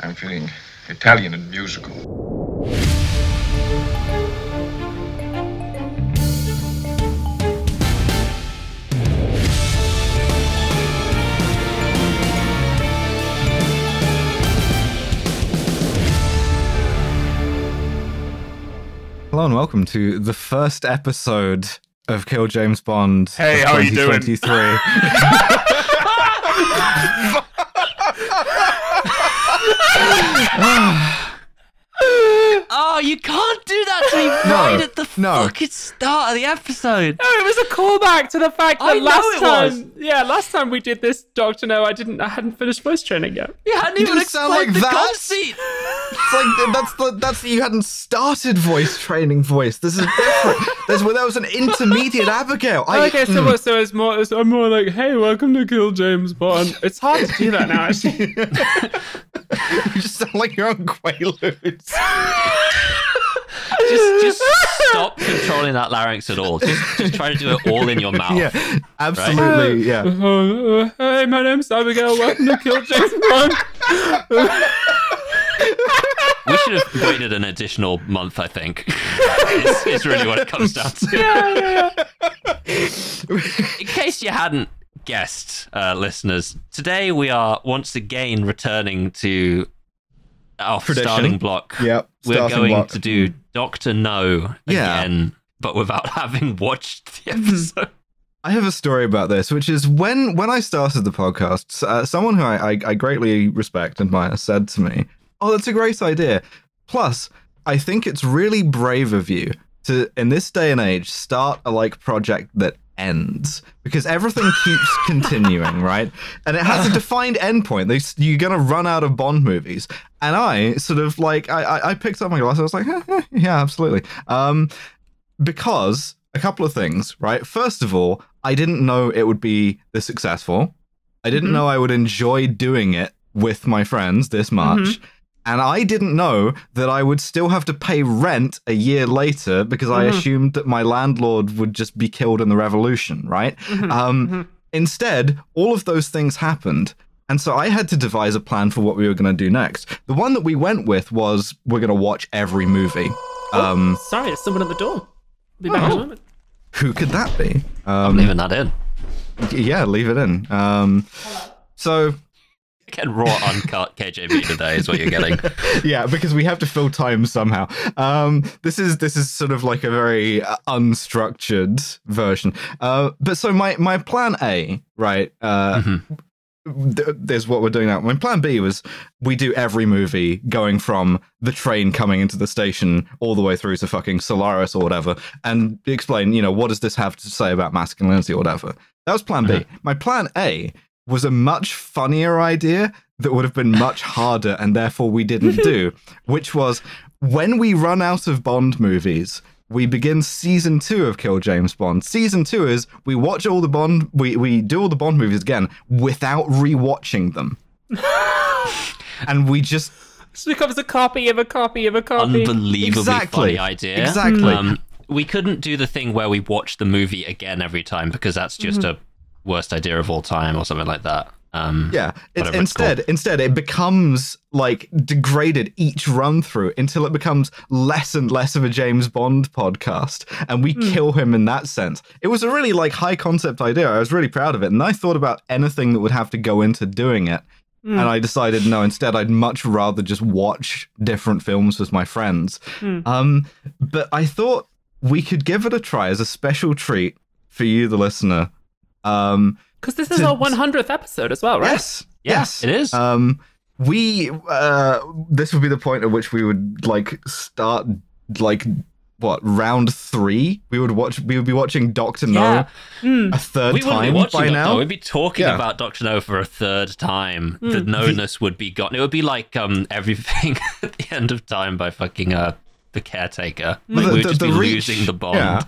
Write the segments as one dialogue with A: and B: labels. A: I'm feeling Italian and musical.
B: Hello and welcome to the first episode of Kill James Bond.
C: Hey,
B: of
C: how are you doing?
B: 2023.
D: Oh, you can't do that to me right at the
B: no.
D: fucking start of the episode.
E: No, it was a callback to the fact that
D: I know
E: last
D: it was.
E: time, yeah, last time we did this, Doctor No, I didn't, I hadn't finished voice training yet.
D: You hadn't even
B: didn't sound
D: explained
B: like
D: the
B: that.
D: conceit.
B: it's like that's the that's you hadn't started voice training voice. This is different. There's well, there was an intermediate Abigail. I, Hmm.
E: okay,
C: Oh,
E: so what- so it's more, it's, I'm more like, hey, welcome to Kill James Bond. It's hard to do that now, actually.
B: you just sound like you're on Quaaludes.
D: Just, just stop controlling that larynx at all. Just, just try to do it all in your mouth.
B: yeah, absolutely. Yeah.
E: Oh, uh, hey, my name's Abigail. Welcome to Kill James Bond.
D: We should have waited an additional month, I think. it's, it's really what it comes down to. In case you hadn't guessed, uh, listeners, today we are once again returning to our
B: Tradition.
D: starting block.
B: Yep.
D: We're
B: starting
D: going
B: block.
D: to do Doctor No
B: Yeah.
D: again, but without having watched the episode.
B: I have a story about this, which is when when I started the podcast, uh, someone who I, I, I greatly respect and admire said to me, "Oh, that's a great idea. Plus, I think it's really brave of you to, in this day and age, start a like project that." ends because everything keeps continuing right and it has a defined endpoint They s- you're gonna run out of bond movies and i sort of like i i, I picked up my glass i was like yeah absolutely um because a couple of things, right? First of all, I didn't know it would be this successful. I didn't know I would enjoy doing it with my friends this much. And I didn't know that I would still have to pay rent a year later because I assumed that my landlord would just be killed in the revolution, right? Um, Instead, all of those things happened. And so I had to devise a plan for what we were going to do next. The one that we went with was we're going to watch every movie. Um,
E: Sorry, it's someone at the door. Be back in a moment.
B: who could that be? Um,
D: Leaving that in.
B: Yeah, leave it in. Um, so
D: Again, raw uncut KJB today is what you're getting.
B: yeah, because we have to fill time somehow. Um, this is this is sort of like a very uh, unstructured version. Uh, but so my my plan A, right? Uh, th- there's what we're doing now. My plan B was we do every movie going from the train coming into the station all the way through to fucking Solaris or whatever, and explain, you know, what does this have to say about masculinity or whatever. That was plan B.
D: Uh-huh.
B: My plan A was a much funnier idea that would have been much harder and therefore we didn't do, which was when we run out of Bond movies, we begin season two of Kill James Bond. Season two is we watch all the Bond, we, we do all the Bond movies again without rewatching them. and we just
E: This becomes a copy of a copy of a copy.
D: Unbelievably
B: Exactly.
D: funny idea. Um,
B: Exactly.
D: we couldn't do the thing where we watch the movie again every time because that's just a worst idea of all time or something like that. Um,
B: Yeah. It's,
D: Whatever it's
B: instead, instead, it becomes like degraded each run through until it becomes less and less of a James Bond podcast, and we kill him in that sense. It was a really like high concept idea. I was really proud of it, and I thought about anything that would have to go into doing it. And I decided no. Instead, I'd much rather just watch different films with my friends. Um, but I thought we could give it a try as a special treat for you, the listener. Um,
E: Because this is our 100th episode as well, right?
B: Yes.
D: Yeah,
B: yes.
D: it is.
B: Um, we uh, this would be the point at which we would like start like what round three? We would watch. We would be watching Doctor
D: Yeah.
B: No a third
D: we wouldn't be
B: time
D: watching
B: by
D: it,
B: now.
D: though. We'd be talking
B: Yeah.
D: about Doctor No for a third time. The
E: Hmm.
D: no-ness would be gone. It would be like um, everything at the end of time by fucking uh, the caretaker.
E: Hmm.
D: Like, we would just be losing the bond.
B: yeah.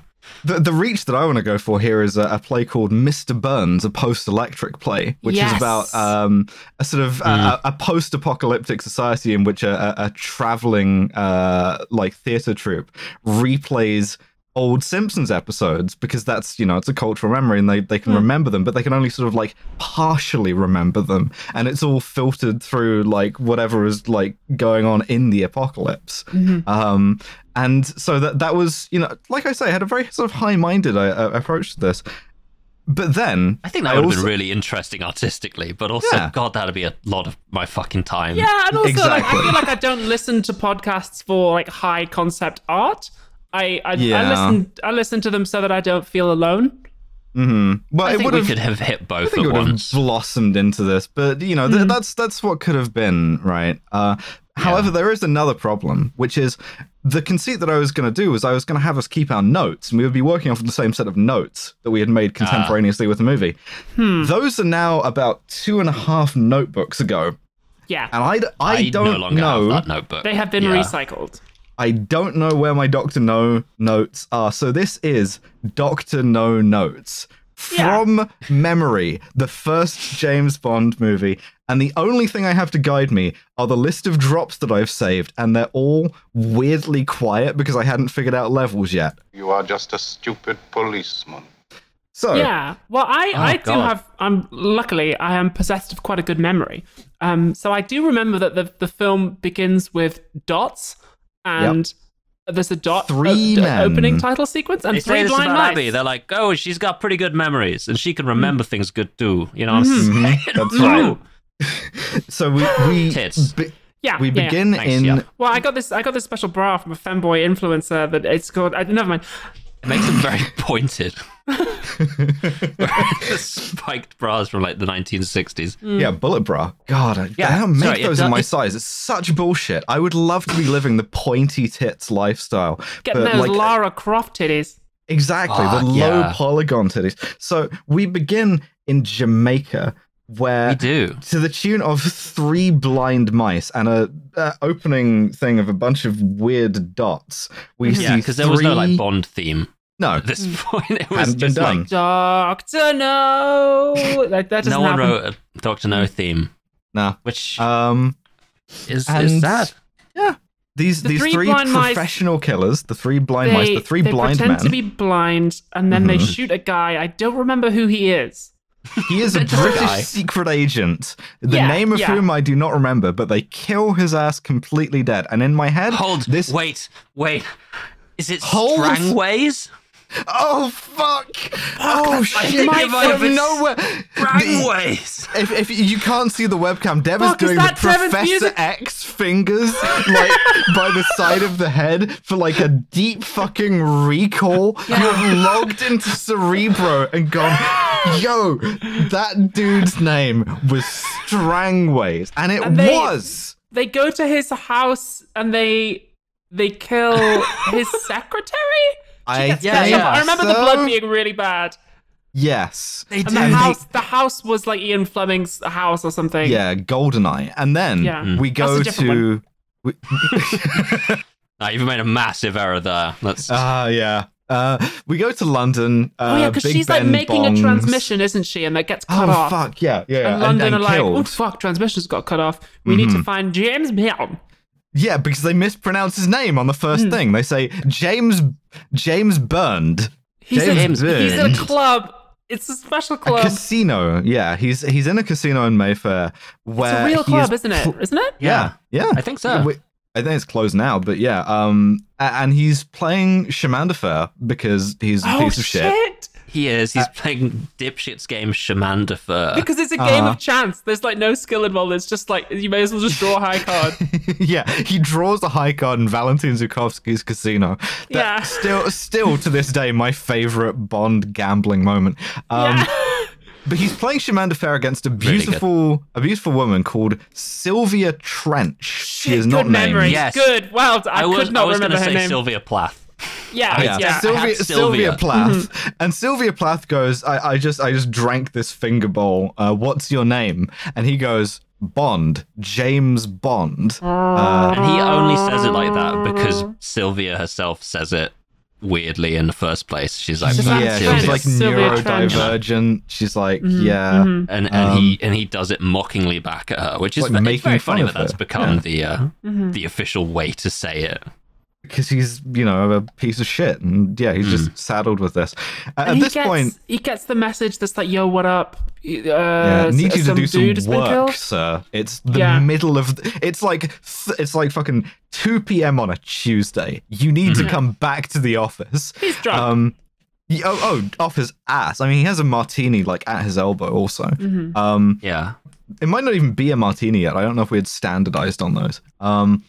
B: The, the reach that I want to go for here is a, a play called Mr. Burns, a post electric play, which is
E: Yes.
B: about um, a sort of
D: Hmm.
B: a, a, a post apocalyptic society in which a, a, a traveling uh, like theater troupe replays old Simpsons episodes because that's you know it's a cultural memory and they they
D: Hmm.
B: can remember them, but they can only sort of like partially remember them, and it's all filtered through like whatever is like going on in the apocalypse.
D: Mm-hmm.
B: Um, and so that that was you know like I say, I had a very sort of high minded uh, approach to this. But then
D: I think that
B: I
D: would have
B: also-
D: been really interesting artistically, but also,
B: Yeah.
D: God, that'd be a lot of my fucking time.
E: Yeah, and also like, I
B: Exactly.
E: feel like I don't listen to podcasts for like high concept art. I I, I
B: Yeah.
E: listen I listen to them so that I don't feel alone.
B: well,
D: I
B: it
D: think
B: would
D: we
B: have-
D: could have hit
B: I
D: both
B: think
D: at
B: it would have
D: once.
B: blossomed into this, but you know th- that's that's what could have been, right? Uh, however, there is another problem, which is the conceit that I was going to do was I was going to have us keep our notes, and we would be working off the same set of notes that we had
D: Ah.
B: made contemporaneously with the movie. Those are now about two and a half notebooks ago,
E: Yeah,
B: and I, d- I
D: I
B: don't
D: no longer
B: know.
D: have that notebook.
E: they have been
D: Yeah.
E: recycled.
B: I don't know where my Doctor No notes are. So this is Doctor No notes
E: Yeah.
B: from memory, the first James Bond movie. And the only thing I have to guide me are the list of drops that I've saved, and they're all weirdly quiet because I hadn't figured out levels yet.
C: You are just a stupid policeman.
B: So
E: Yeah. Well, I,
D: Oh,
E: I do
D: God.
E: have. I'm luckily I am possessed of quite a good memory. Um, so I do remember that the the film begins with dots, and there's a dot
B: Three
E: o- d-
B: men.
E: opening title sequence and
D: They say
E: three
D: this
E: blind
D: about
E: mice.
D: Abby. They're like, oh, she's got pretty good memories, and
B: Hmm.
D: she can remember things good too. You know, what I'm
B: Mhm,
D: saying?
E: Hmm.
B: that's
D: Ooh.
B: right. So we we,
D: Tits.
B: be-
E: yeah.
B: we
E: yeah, yeah.
B: begin
D: Thanks,
B: in
D: yeah.
E: Well, I got this. I got this special bra from a femboy influencer that it's called. I, never mind.
D: It makes them very pointed. the spiked bras from like the 1960s.
E: Mm.
B: Yeah, bullet bra. God, I,
D: Yeah,
B: I don't make
D: sorry, it
B: those in
D: do-
B: my
D: it-
B: size. It's such bullshit. I would love to be living the pointy tits lifestyle.
E: Getting
B: but,
E: those
B: like,
E: Lara Croft titties.
B: Exactly,
D: Fuck,
B: the low
D: yeah.
B: polygon titties. So we begin in Jamaica, where
D: We do.
B: to the tune of three blind mice and a uh, opening thing of a bunch of weird dots. We
D: Yeah,
B: see
D: because there was no like
B: three-
D: Bond theme
B: No,
D: at this point. It was
B: hadn't been
D: just
B: done.
D: like
E: Doctor No. Like that doesn't
D: no one
E: happen.
D: wrote a Doctor No theme,
B: nah.
D: which
B: Um,
D: is, is
B: and-
D: sad.
B: these
E: The
B: these
E: three
B: three
E: blind mice-
B: professional killers, the three blind mice, the three
E: they
B: blind
E: pretend
B: men. Mm-hmm.
E: to be blind, and then they shoot a guy. I don't remember who he is.
B: He is a
D: That's
B: British
D: guy.
B: secret agent, the
E: Yeah,
B: name of
E: yeah.
B: whom I do not remember, but they kill his ass completely dead. And in my head,
D: Hold.
B: this.
D: Wait. Wait. Is it
B: Hold.
D: Strangways?
B: Oh fuck! Oh shit!
D: might have
B: From
D: been
B: nowhere. The-
D: Strangways.
B: If, if you can't see the webcam, Dev is
E: Fuck, is
B: doing the
E: that Trevor's
B: Professor
E: music?
B: X fingers like by the side of the head for like a deep fucking recall. You have logged into Cerebro and gone, yo, that dude's name was Strangways, and it
E: And they-
B: was.
E: They go to his house and they they kill his secretary.
B: I
D: yeah,
E: I
B: think
E: remember- I remember the
B: so.
E: blood being really bad.
B: Yes.
D: They
E: And the
D: do.
E: house, the house was like Ian Fleming's house or something.
B: Yeah, Goldeneye, and then
E: Yeah. Mm.
B: we go
E: That's a
B: to.
E: different
B: we-
D: I even made a massive error there. That's
B: Ah, yeah. Uh, we go to London. Uh,
E: Oh yeah, because
B: Big
E: she's
B: Ben
E: like making
B: bombs.
E: a transmission, isn't she? And that gets cut
B: Oh
E: off.
B: fuck yeah, yeah, yeah.
E: And London
B: and
E: are like, oh
B: killed. Mm-hmm.
E: fuck, transmission's got cut off. We need to find James Brown.
B: yeah, because they mispronounce his name on the
E: Hmm.
B: first thing. They say James James Burned.
E: He's, in
B: James
E: he's in
B: Bond.
E: a club. It's a special
B: A
E: club. it's
B: casino. Yeah, he's he's in a casino in Mayfair where
E: a real
B: he
E: club,
B: is
E: isn't it?
B: pl-
E: isn't it?
B: yeah, yeah.
D: I think so.
B: We- I think it's closed now, but yeah. Um, a- and he's playing Shamandafair because he's a
E: Oh
B: piece of shit.
E: shit!
D: He is. He's
B: Uh,
D: playing dipshits game Shamandifer.
E: Because it's a game
B: Uh-huh.
E: of chance. There's like no skill involved. It's just like you may as well just draw a high card.
B: yeah, he draws the high card in Valentin Zukovsky's casino. That
E: Yeah.
B: still, still to this day, my favorite Bond gambling moment. Um,
E: yeah.
B: But he's playing Shamanda Fair against a
D: good.
B: beautiful, a beautiful woman called Sylvia Trench. She is not
E: Good memory.
B: named.
D: Yes.
E: Good. Well, d- I,
D: I was,
E: could not
D: I was going
E: remember
D: to
E: her
D: say
E: name.
D: Sylvia Plath.
E: Yeah, yeah.
D: Yeah.
E: yeah. Mm-hmm.
D: Still-
B: Sylvia,
D: had
B: Sylvia
D: Sylvia.
B: Plath, and Sylvia Plath goes, I, "I just, I just drank this finger bowl. Uh, what's your name?" And he goes, "Bond, James Bond."
E: Oh,
B: Uh,
D: And he only says it like that because
B: Oh.
D: Sylvia herself says it weirdly in the first place. She's like,
E: She's
D: "Fuck
E: like,
B: yeah,
E: Trench.
B: she's like
E: Sylvia Trench. Mm-hmm.
B: neurodivergent. She's like, yeah.
D: and and he and he does it mockingly back at her, which is
B: um, Like
D: it's
B: making
D: very
B: fun
D: funny
B: of Mm-hmm.
D: that that's
B: her.
D: become
B: Yeah.
D: the uh, the official way to say it.
B: because he's you know a piece of shit and yeah he's just saddled with this at, at
E: And he
B: this
E: gets,
B: point
E: he gets the message that's like, "Yo, what up? Uh,
B: yeah, need you to
E: some
B: do
E: dude has
B: some
E: been
B: work,
E: killed."
B: sir. It's the
E: Yeah.
B: middle of. th- It's like th- it's like fucking two p.m. on a Tuesday. You need
E: Hmm.
B: to come back to the office.
E: He's drunk.
B: Um, y- oh, oh, off his ass. I mean, he has a martini like at his elbow. Also,
E: Mm-hmm.
B: um,
D: Yeah.
B: it might not even be a martini yet. I don't know if we had standardized on those. Um,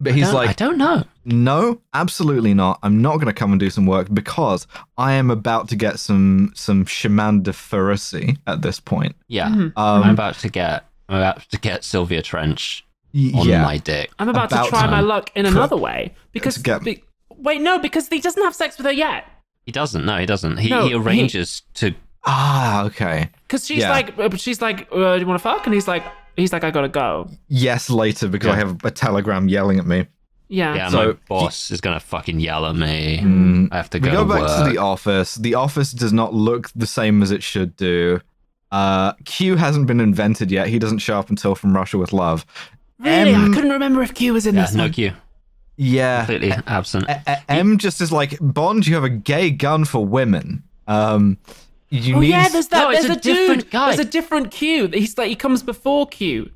B: but he's
D: Don't- I
B: like,
D: don't know.
B: no, absolutely not. I'm not going to come and do some work because I am about to get some some Chemin de Ferracy at this point.
D: Yeah.
B: Um,
D: I'm about to get. I'm about to get Sylvia Trench
B: y-
D: on
B: yeah.
D: my dick.
E: I'm about,
B: about
E: to try my
B: time.
E: luck in another way because
B: to get-
E: be- wait, no, because he doesn't have sex with her yet.
D: He doesn't. No, he doesn't. He,
E: No,
D: he arranges to.
B: Ah, okay.
E: Because she's
B: Yeah.
E: like, uh, she's like, uh, "Do you want to fuck?" And he's like, he's like, "I gotta go."
B: Yes, later because I
D: Yeah.
B: have a telegram yelling at me.
E: Yeah.
D: Yeah,
B: So Mm.
D: my boss is gonna fucking yell at me. Mm, I have to
B: Hmm. We
D: go,
B: go
D: to
B: back
D: work.
B: to the office. The office does not look the same as it should do. Uh, Q hasn't been invented yet. He doesn't show up until From Russia with Love.
E: Really,
B: M-
E: I couldn't remember if Q was in
D: Yeah,
E: this
D: no
E: one.
D: cue.
B: Yeah.
D: Completely absent.
B: A- a- M just is like Bond. You have a gay gun for women. Um, you
E: Oh
B: need.
E: yeah, there's that.
D: No, it's
E: there's a,
D: a different
E: dude.
D: guy.
E: There's a different Q. He's like, he comes before Q.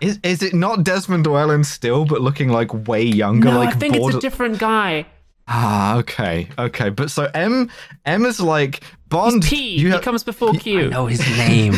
B: is, is it not Desmond Llewellyn still, but looking like way younger?
E: No,
B: like
E: I think it's
B: border-
E: a different guy.
B: Ah, okay, okay. But so M, M is like Bond.
E: P.
B: you
E: he
B: have-
E: comes before
D: I
E: Q.
D: know his name.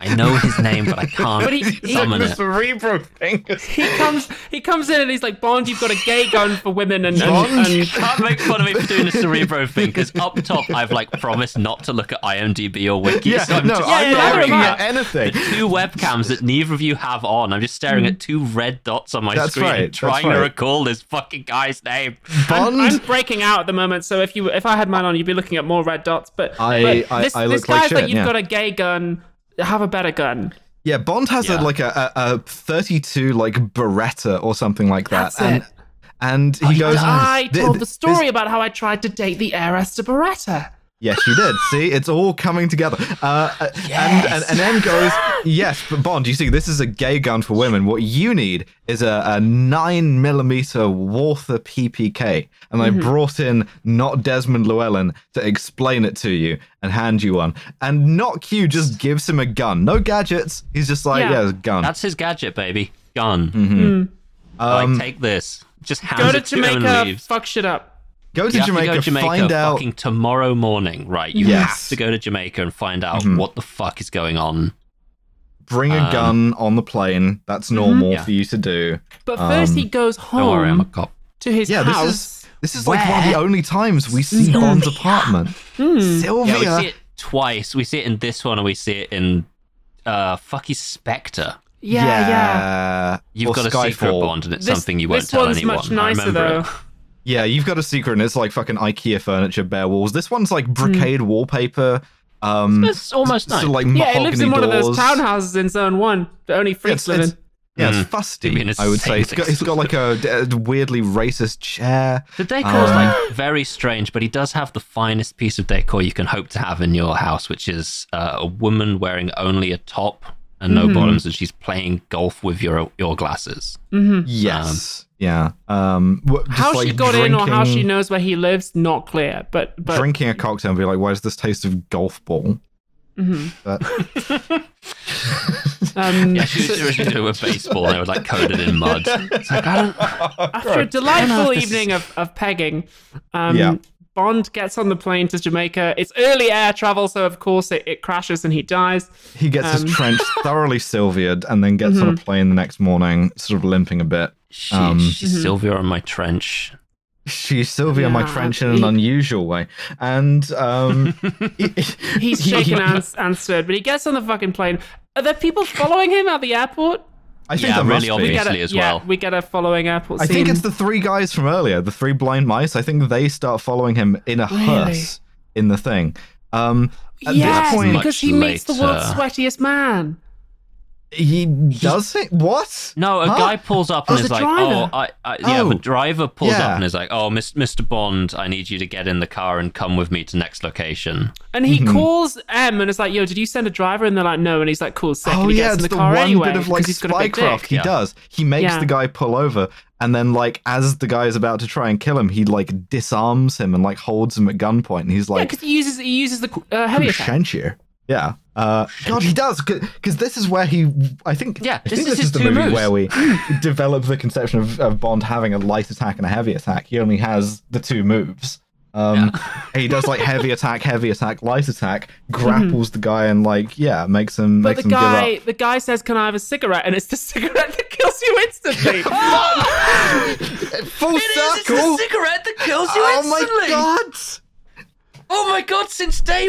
D: I know his name, but I can't
E: But he- he-
D: summon
B: the
D: it.
B: cerebral thing.
E: He comes. He comes in and he's like, "Bond, you've got a gay gun for women and, and,
D: You
E: and
D: can't make fun of me for doing the cerebro thing because up top I've like promised not to look at IMDb or Wiki,
B: Yeah,
D: so I'm
B: no,
D: just
B: I'm
E: Yeah,
B: not
E: neither
D: staring
B: looking
E: am I.
B: at
D: at the
B: anything.
D: two webcams that neither of you have on. I'm just staring at two red dots on my
B: That's
D: screen,
B: right, that's
D: trying
B: right.
D: to recall this fucking guy's name.
B: Bond.
E: I'm breaking out at the moment, so if you if I had mine on, you'd be looking at more red dots. But
B: I-
E: but
B: I-
E: this,
B: I
E: this
B: look like
E: guy's like,
B: shit,
E: you've
B: yeah.
E: got a gay gun, have a better gun.
B: yeah, Bond has a
D: Yeah.
B: like a, a, a 32 like Beretta or something like that,
E: That's
B: and
E: it. Oh,
B: and he goes.
E: I
B: "Th-
E: told
B: th-
E: the
B: this-
E: story about how I tried to date the heiress to Beretta.
B: Yes, you did. See, it's all coming together. Uh, uh, and, and and M goes, yes, but Bond, you see, this is a gay gun for women. What you need is a, a nine millimeter Walther PPK, and I brought in not Desmond Llewellyn to explain it to you and hand you one. And not Q just gives him a gun, no gadgets. He's just like,
E: Yeah.
B: yeah, it's a gun.
D: That's his gadget, baby. Gun.
B: Mm-hmm. Um,
D: like, take this. Just hand
E: Go to
D: it Hmm. to him and
E: Jamaica,
D: leaves.
E: fuck shit up.
B: go, to
D: You have
B: Jamaica,
D: to go to Jamaica
B: find out.
D: fucking tomorrow morning, right? You
B: Yes. Mm-hmm.
D: have to go to Jamaica and find out what the fuck is going on.
B: Bring a gun on the plane. That's normal
D: um, Yeah.
B: for you to do.
E: But first, he goes
D: Don't worry, I'm a
E: home
D: cop.
E: to his
B: Um, Yeah,
E: house.
B: this is this is like one of the only times we see Bond's apartment.
E: Hmm.
B: Sylvia.
D: Yeah, we see it twice. We see it in this one, and we see it in uh, fucking Spectre.
E: yeah, yeah.
D: You've
B: Or
D: got a secret
B: Skyfall.
D: bond, and it's
E: This-
D: something you won't
E: this
D: tell
E: one's
D: anyone.
E: much
D: I
E: nicer,
D: remember
E: though.
D: it.
B: Yeah, you've got a secret, and it's like fucking IKEA furniture, bare walls. This one's
E: Hmm.
B: like brocade wallpaper. Um,
D: It's almost nice.
B: so like
E: Yeah,
B: mahogany
E: he lives in one
B: doors.
E: of those townhouses in Zone One that only
B: Yeah,
E: freaks
B: it's,
E: live
B: it's-
E: in.
B: yeah, it's
D: Mm. It'd be
B: fusty.
D: an
B: I would say
D: insane
B: it's got, it's got like a, a weirdly racist chair.
D: the
E: Hmm.
D: decor is like very strange, but he does have the finest piece of decor you can hope to have in your house, which is uh, a woman wearing only a top and no bottoms, and she's playing golf with your your glasses.
B: Yes, yeah. Um, wha- just
E: How she
B: like
E: got in or how she
B: drinking-
E: knows where he lives, not clear. But but
B: drinking a cocktail and be like, "Why does this taste of golf ball?" But-
E: um,
D: Yeah, she was originally doing it with baseball, and it was like coated in mud. It's like I don't.
E: After a delightful evening of, of pegging, um,
B: Yeah.
E: Bond gets on the plane to Jamaica. It's early air travel, so of course it, it crashes and he dies.
B: He gets
E: Um, Mm-hmm.
B: his trench thoroughly silvied and then gets on a plane the next morning, sort of limping a bit.
D: She,
B: Um,
D: she's Sylvia on my trench.
B: She's Sylvia my
E: Yeah,
B: trench in an
E: he-
B: unusual way. And um he-
E: He's
B: he-
E: shaken and, and stirred, but he gets on the fucking plane. Are there people following him at the airport?
B: I think that
D: Yeah, really
B: must be.
D: obvious.
E: Get a-
D: Obviously as
E: yeah,
D: well.
E: we get a following airport
B: I
E: scene.
B: think it's the three guys from earlier, the three blind mice. I think they start following him in a hearse in the thing. Um at
E: yes,
B: this point
E: because he meets the world's
D: Much
E: sweatiest man.
B: He does it. What?
D: No, a
B: Huh?
D: guy pulls up
B: Oh,
D: and
B: the
D: is like,
E: driver.
D: "Oh, I, I yeah."
B: Oh.
D: The driver pulls
B: Yeah.
D: up and is like, "Oh, Mis- Mr. Bond, I need you to get in the car and come with me to next location."
E: And
B: Mm-hmm.
E: he calls M and is like, "Yo, did you send a driver?" And they're like, "No." And he's like, "Cool, sick."
B: Oh
E: and he
B: yeah,
E: gets
B: it's
E: in the,
B: the,
E: car
B: one
E: anyway
B: bit of like
E: because he's got a big
B: spycraft
E: dick.
B: he
D: Yeah.
B: does. He makes
E: Yeah.
B: the guy pull over, and then like as the guy is about to try and kill him, he like disarms him and like holds him at gunpoint, and he's
E: Yeah,
B: like,
E: because he uses he uses the uh, heavy
B: "Who
E: attack.
B: sent you?" Yeah. Uh, God, he does because this is where he. I think.
D: Yeah,
B: I
D: this
B: think this
D: is his
B: is the
D: two
B: movie
D: moves.
B: where we develop the conception of, of Bond having a light attack and a heavy attack. He only has the two moves. Um, he does like heavy attack, heavy attack, light attack, grapples the guy, and like yeah, makes him
E: Mm-hmm. But
B: makes
E: the
B: him give
E: guy,
B: up.
E: the guy says, "Can I have a cigarette?" And it's the cigarette that kills you instantly. Fuck!
B: Full circle.
D: cigarette that kills you
B: Oh my god!
D: Oh my god! Since day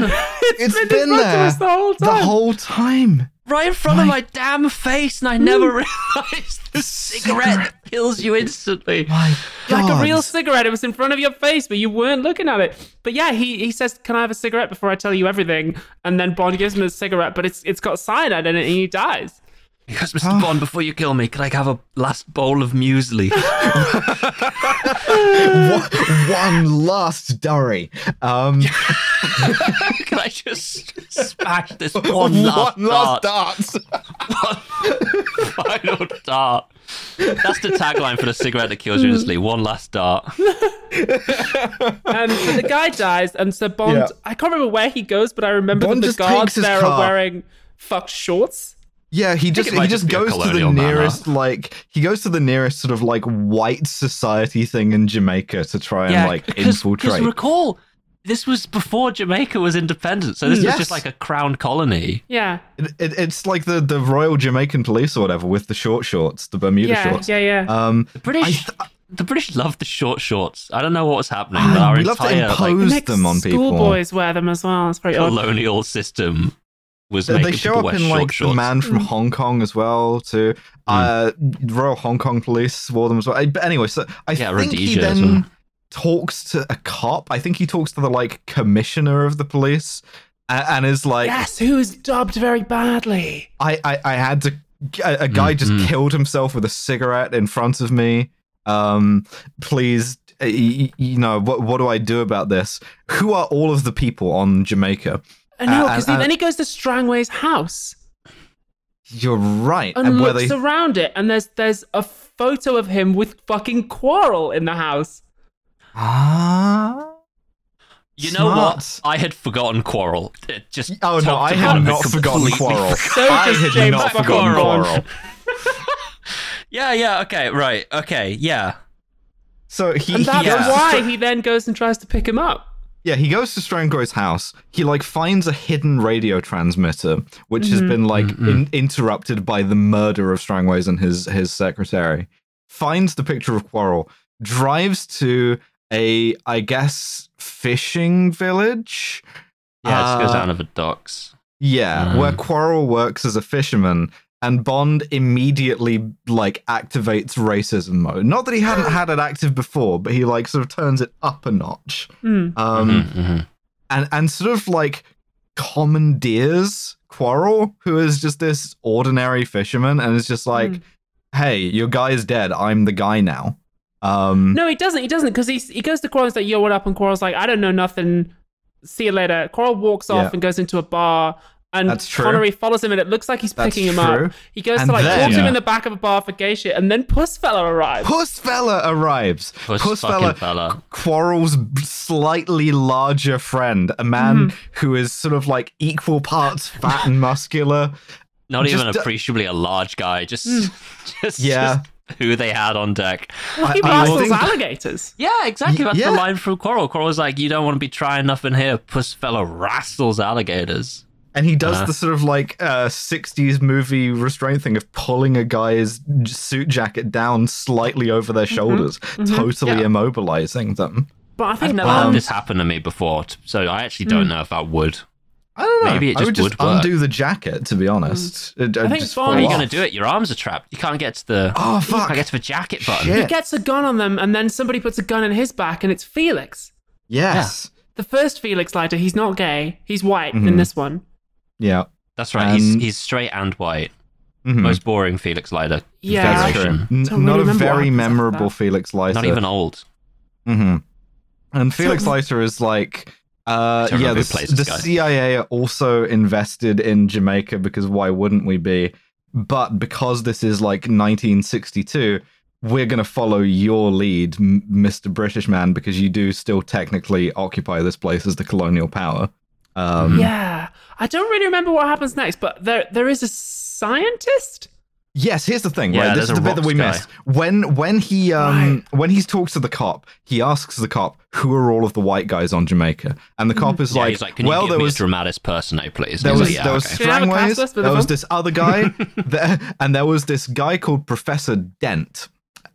B: it's
E: been
B: been
E: next to
B: there
E: us the whole time.
B: whole time.
D: right in front of my Mm. damn face, and I never realized the
B: Cigarette.
D: cigarette that kills you instantly.
B: My god!
E: like a real cigarette. It was in front of your face, but you weren't looking at it. But yeah, he, he says, "Can I have a cigarette before I tell you everything?" And then Bond gives him a cigarette, but it's it's got cyanide in it, and he dies.
D: Because Mr. Bond, before you kill me, could I have a last bowl of muesli?
B: One- one last durry. Um,
D: could I just smash this one last,
B: one last
D: dart? final dart. That's the tagline for the cigarette that kills you instantly. One last dart.
E: Um, so the guy dies, and Sir Bond.
B: Yeah.
E: I can't remember where he goes, but I remember
B: Bond
E: that the
B: just takes
E: guards
B: his
E: there
B: car.
E: are wearing fucked shorts.
B: Yeah, he just
D: it
B: he
D: might
B: just
D: just be a
B: goes to the
D: colonial manor.
B: nearest like he goes to the nearest sort of like white society thing in Jamaica to try and like infiltrate.
D: Because recall, this was before Jamaica was independent, so this
B: Yes.
D: was just like a crown colony.
E: Yeah,
B: It, it, it's like the the Royal Jamaican Police or whatever with the short shorts, the Bermuda
E: yeah,
B: shorts.
E: yeah, yeah.
B: Um,
D: The British, the British loved the short shorts. I don't know what was happening, but our
B: Ah, we love to
D: entire like,
B: impose
E: Make
B: them on people.
E: Schoolboys wear them as well. It's very odd.
D: colonial system was
B: They-
D: making
B: they show
D: people
B: up
D: wear
B: in
D: short
B: like
D: shorts. Mm.
B: the man
E: Mm.
B: from Hong Kong as well too. Uh, Royal Hong Kong Police wore them as well. Uh, But anyway, so I
D: Yeah,
B: think he
D: Rhodesia as
B: then
D: well.
B: talks to a cop. I think he talks to the like commissioner of the police, and, and is like,
E: Yes, who is dubbed very badly.
B: I, I I had to. A, a guy just
D: Mm-hmm.
B: killed himself with a cigarette in front of me. Um, please, uh, y- y- you know what? What do I do about this? Who are all of the people on Jamaica?
E: I know,
B: Uh,
E: because
B: and-
E: then he goes to Strangway's house.
B: You're right.
E: and
B: where
E: looks
B: they
E: around it, and there's there's a photo of him with fucking Quarrel in the house.
B: ah.
D: You know
B: Smart.
D: what? I had forgotten Quarrel. It Just
B: Oh
D: top
B: no,
D: to
B: I have
D: bottom, it
B: not forgotten
D: completely
B: Quarrel.
E: So
B: I
E: does
B: had
E: James
B: not
E: fucking
B: forgotten
E: Bond.
B: Quarrel.
D: Yeah, yeah, okay, right, okay, yeah.
B: So he,
E: And
B: he
E: that's
B: goes to
E: why he then goes and tries to pick him up.
B: Yeah, he goes to Strangoy's house. He like finds a hidden radio transmitter which has
E: Mm-hmm.
B: been like
D: Mm-hmm.
B: in- interrupted by the murder of Strangoy's and his his secretary. Finds the picture of Quarrel, drives to a I guess fishing village.
D: Yeah, um, it
B: Uh,
D: goes down of the docks.
B: Yeah,
D: Mm.
B: where Quarrel works as a fisherman, and Bond immediately like activates racism mode. Not that he hadn't had it active before, but he like sort of turns it up a notch.
E: Mm.
B: Um,
D: Mm-hmm.
B: and and sort of like commandeers Quarrel, who is just this ordinary fisherman, and is just like,
E: Mm.
B: "Hey, your guy is dead. I'm the guy now." Um,
E: No, he doesn't. He doesn't because he he goes to Quarrel and is like, "Yo, what up?" And Quarrel's like, "I don't know nothing. See you later." Quarrel walks off
B: Yeah.
E: and goes into a bar. And
B: That's true.
E: Connery follows him, and it looks like he's
B: That's
E: picking him
B: true.
E: up. He goes
B: And
E: to like
B: then-
E: walks him
D: Yeah.
E: in the back of a bar for gay shit, and then Pussfella arrives.
B: Pussfella arrives.
D: Puss fucking fella.
B: Quarrel's slightly larger friend, a man
E: Mm-hmm.
B: who is sort of like equal parts fat and muscular.
D: Not
B: Just
D: even
B: d-
D: appreciably a large guy, just, just,
B: Yeah.
D: just who they had on deck.
E: Well, he
B: I- I
E: wrestles
B: think-
E: alligators.
D: Yeah, exactly. That's
B: yeah.
D: the line from Coral. Coral's like, you don't want to be trying nothing here. Puss fella wrestles alligators.
B: And he
D: Uh-huh.
B: does the sort of like uh, 60s movie restraint thing of pulling a guy's j- suit jacket down slightly over
E: Mm-hmm.
B: their shoulders, totally
D: Yeah.
B: immobilizing them.
E: But I think
D: I've never
E: um,
D: had this happen to me before, t- so I actually don't
B: Hmm.
D: know if that would.
B: I don't know.
D: Maybe it
B: I
D: just
B: would just
D: would work.
B: undo the jacket, to be honest. It, I
E: think
B: just
E: Bond-
B: fall
D: How are you
B: off.
D: going to do it? Your arms are trapped. You can't get to the.
B: Oh, fuck.
D: I get to the jacket button.
E: he
B: Shit.
E: gets a gun on them, and then somebody puts a gun in his back, and it's Felix.
B: Yes.
E: The first Felix Leiter,
B: Mhm.
E: he's not gay. He's white in this one.
B: Yeah.
D: That's right. he's
B: Um,
D: he's straight and white.
B: Mhm.
D: Most boring Felix Leiter.
E: Yeah,
B: That's
E: I
B: true.
D: configuration.
B: N-
E: really
B: not a
E: remember what
B: very
E: happens after
B: memorable
E: that.
B: Felix Leiter.
D: Not even old.
B: hmm And Felix
E: So-
B: Leiter is like, uh,
D: I don't
B: yeah,
D: remember
B: the,
D: who plays
B: the
D: this guy.
B: CIA are also invested in Jamaica because why wouldn't we be? But because this is like 1962, we're going to follow your lead, M- Mr. British man, because you do still technically occupy this place as the colonial power.
D: Mm-hmm.
B: Um,
E: Yeah, I don't really remember what happens next, but there there is a scientist.
B: Yes, here's the thing,
D: Yeah,
B: right? This
D: there's
B: is the
D: a
B: bit that we
D: rocks guy.
B: missed. When when he um when he talks to the cop, he asks the cop, "Who are all of the white guys on Jamaica?" And the cop is
D: Mm-hmm. Yeah,
B: like,
D: he's like, can
B: "Well,
D: you give
B: there
D: me
B: was
D: a dramatis personae, please?
B: there
D: He's
B: was
D: like, yeah,
B: there was
D: okay.
E: Do you have a
B: Strangways,
E: class list with
B: there
E: a
B: was
E: phone?
B: this other guy, there, and there was this guy called Professor Dent,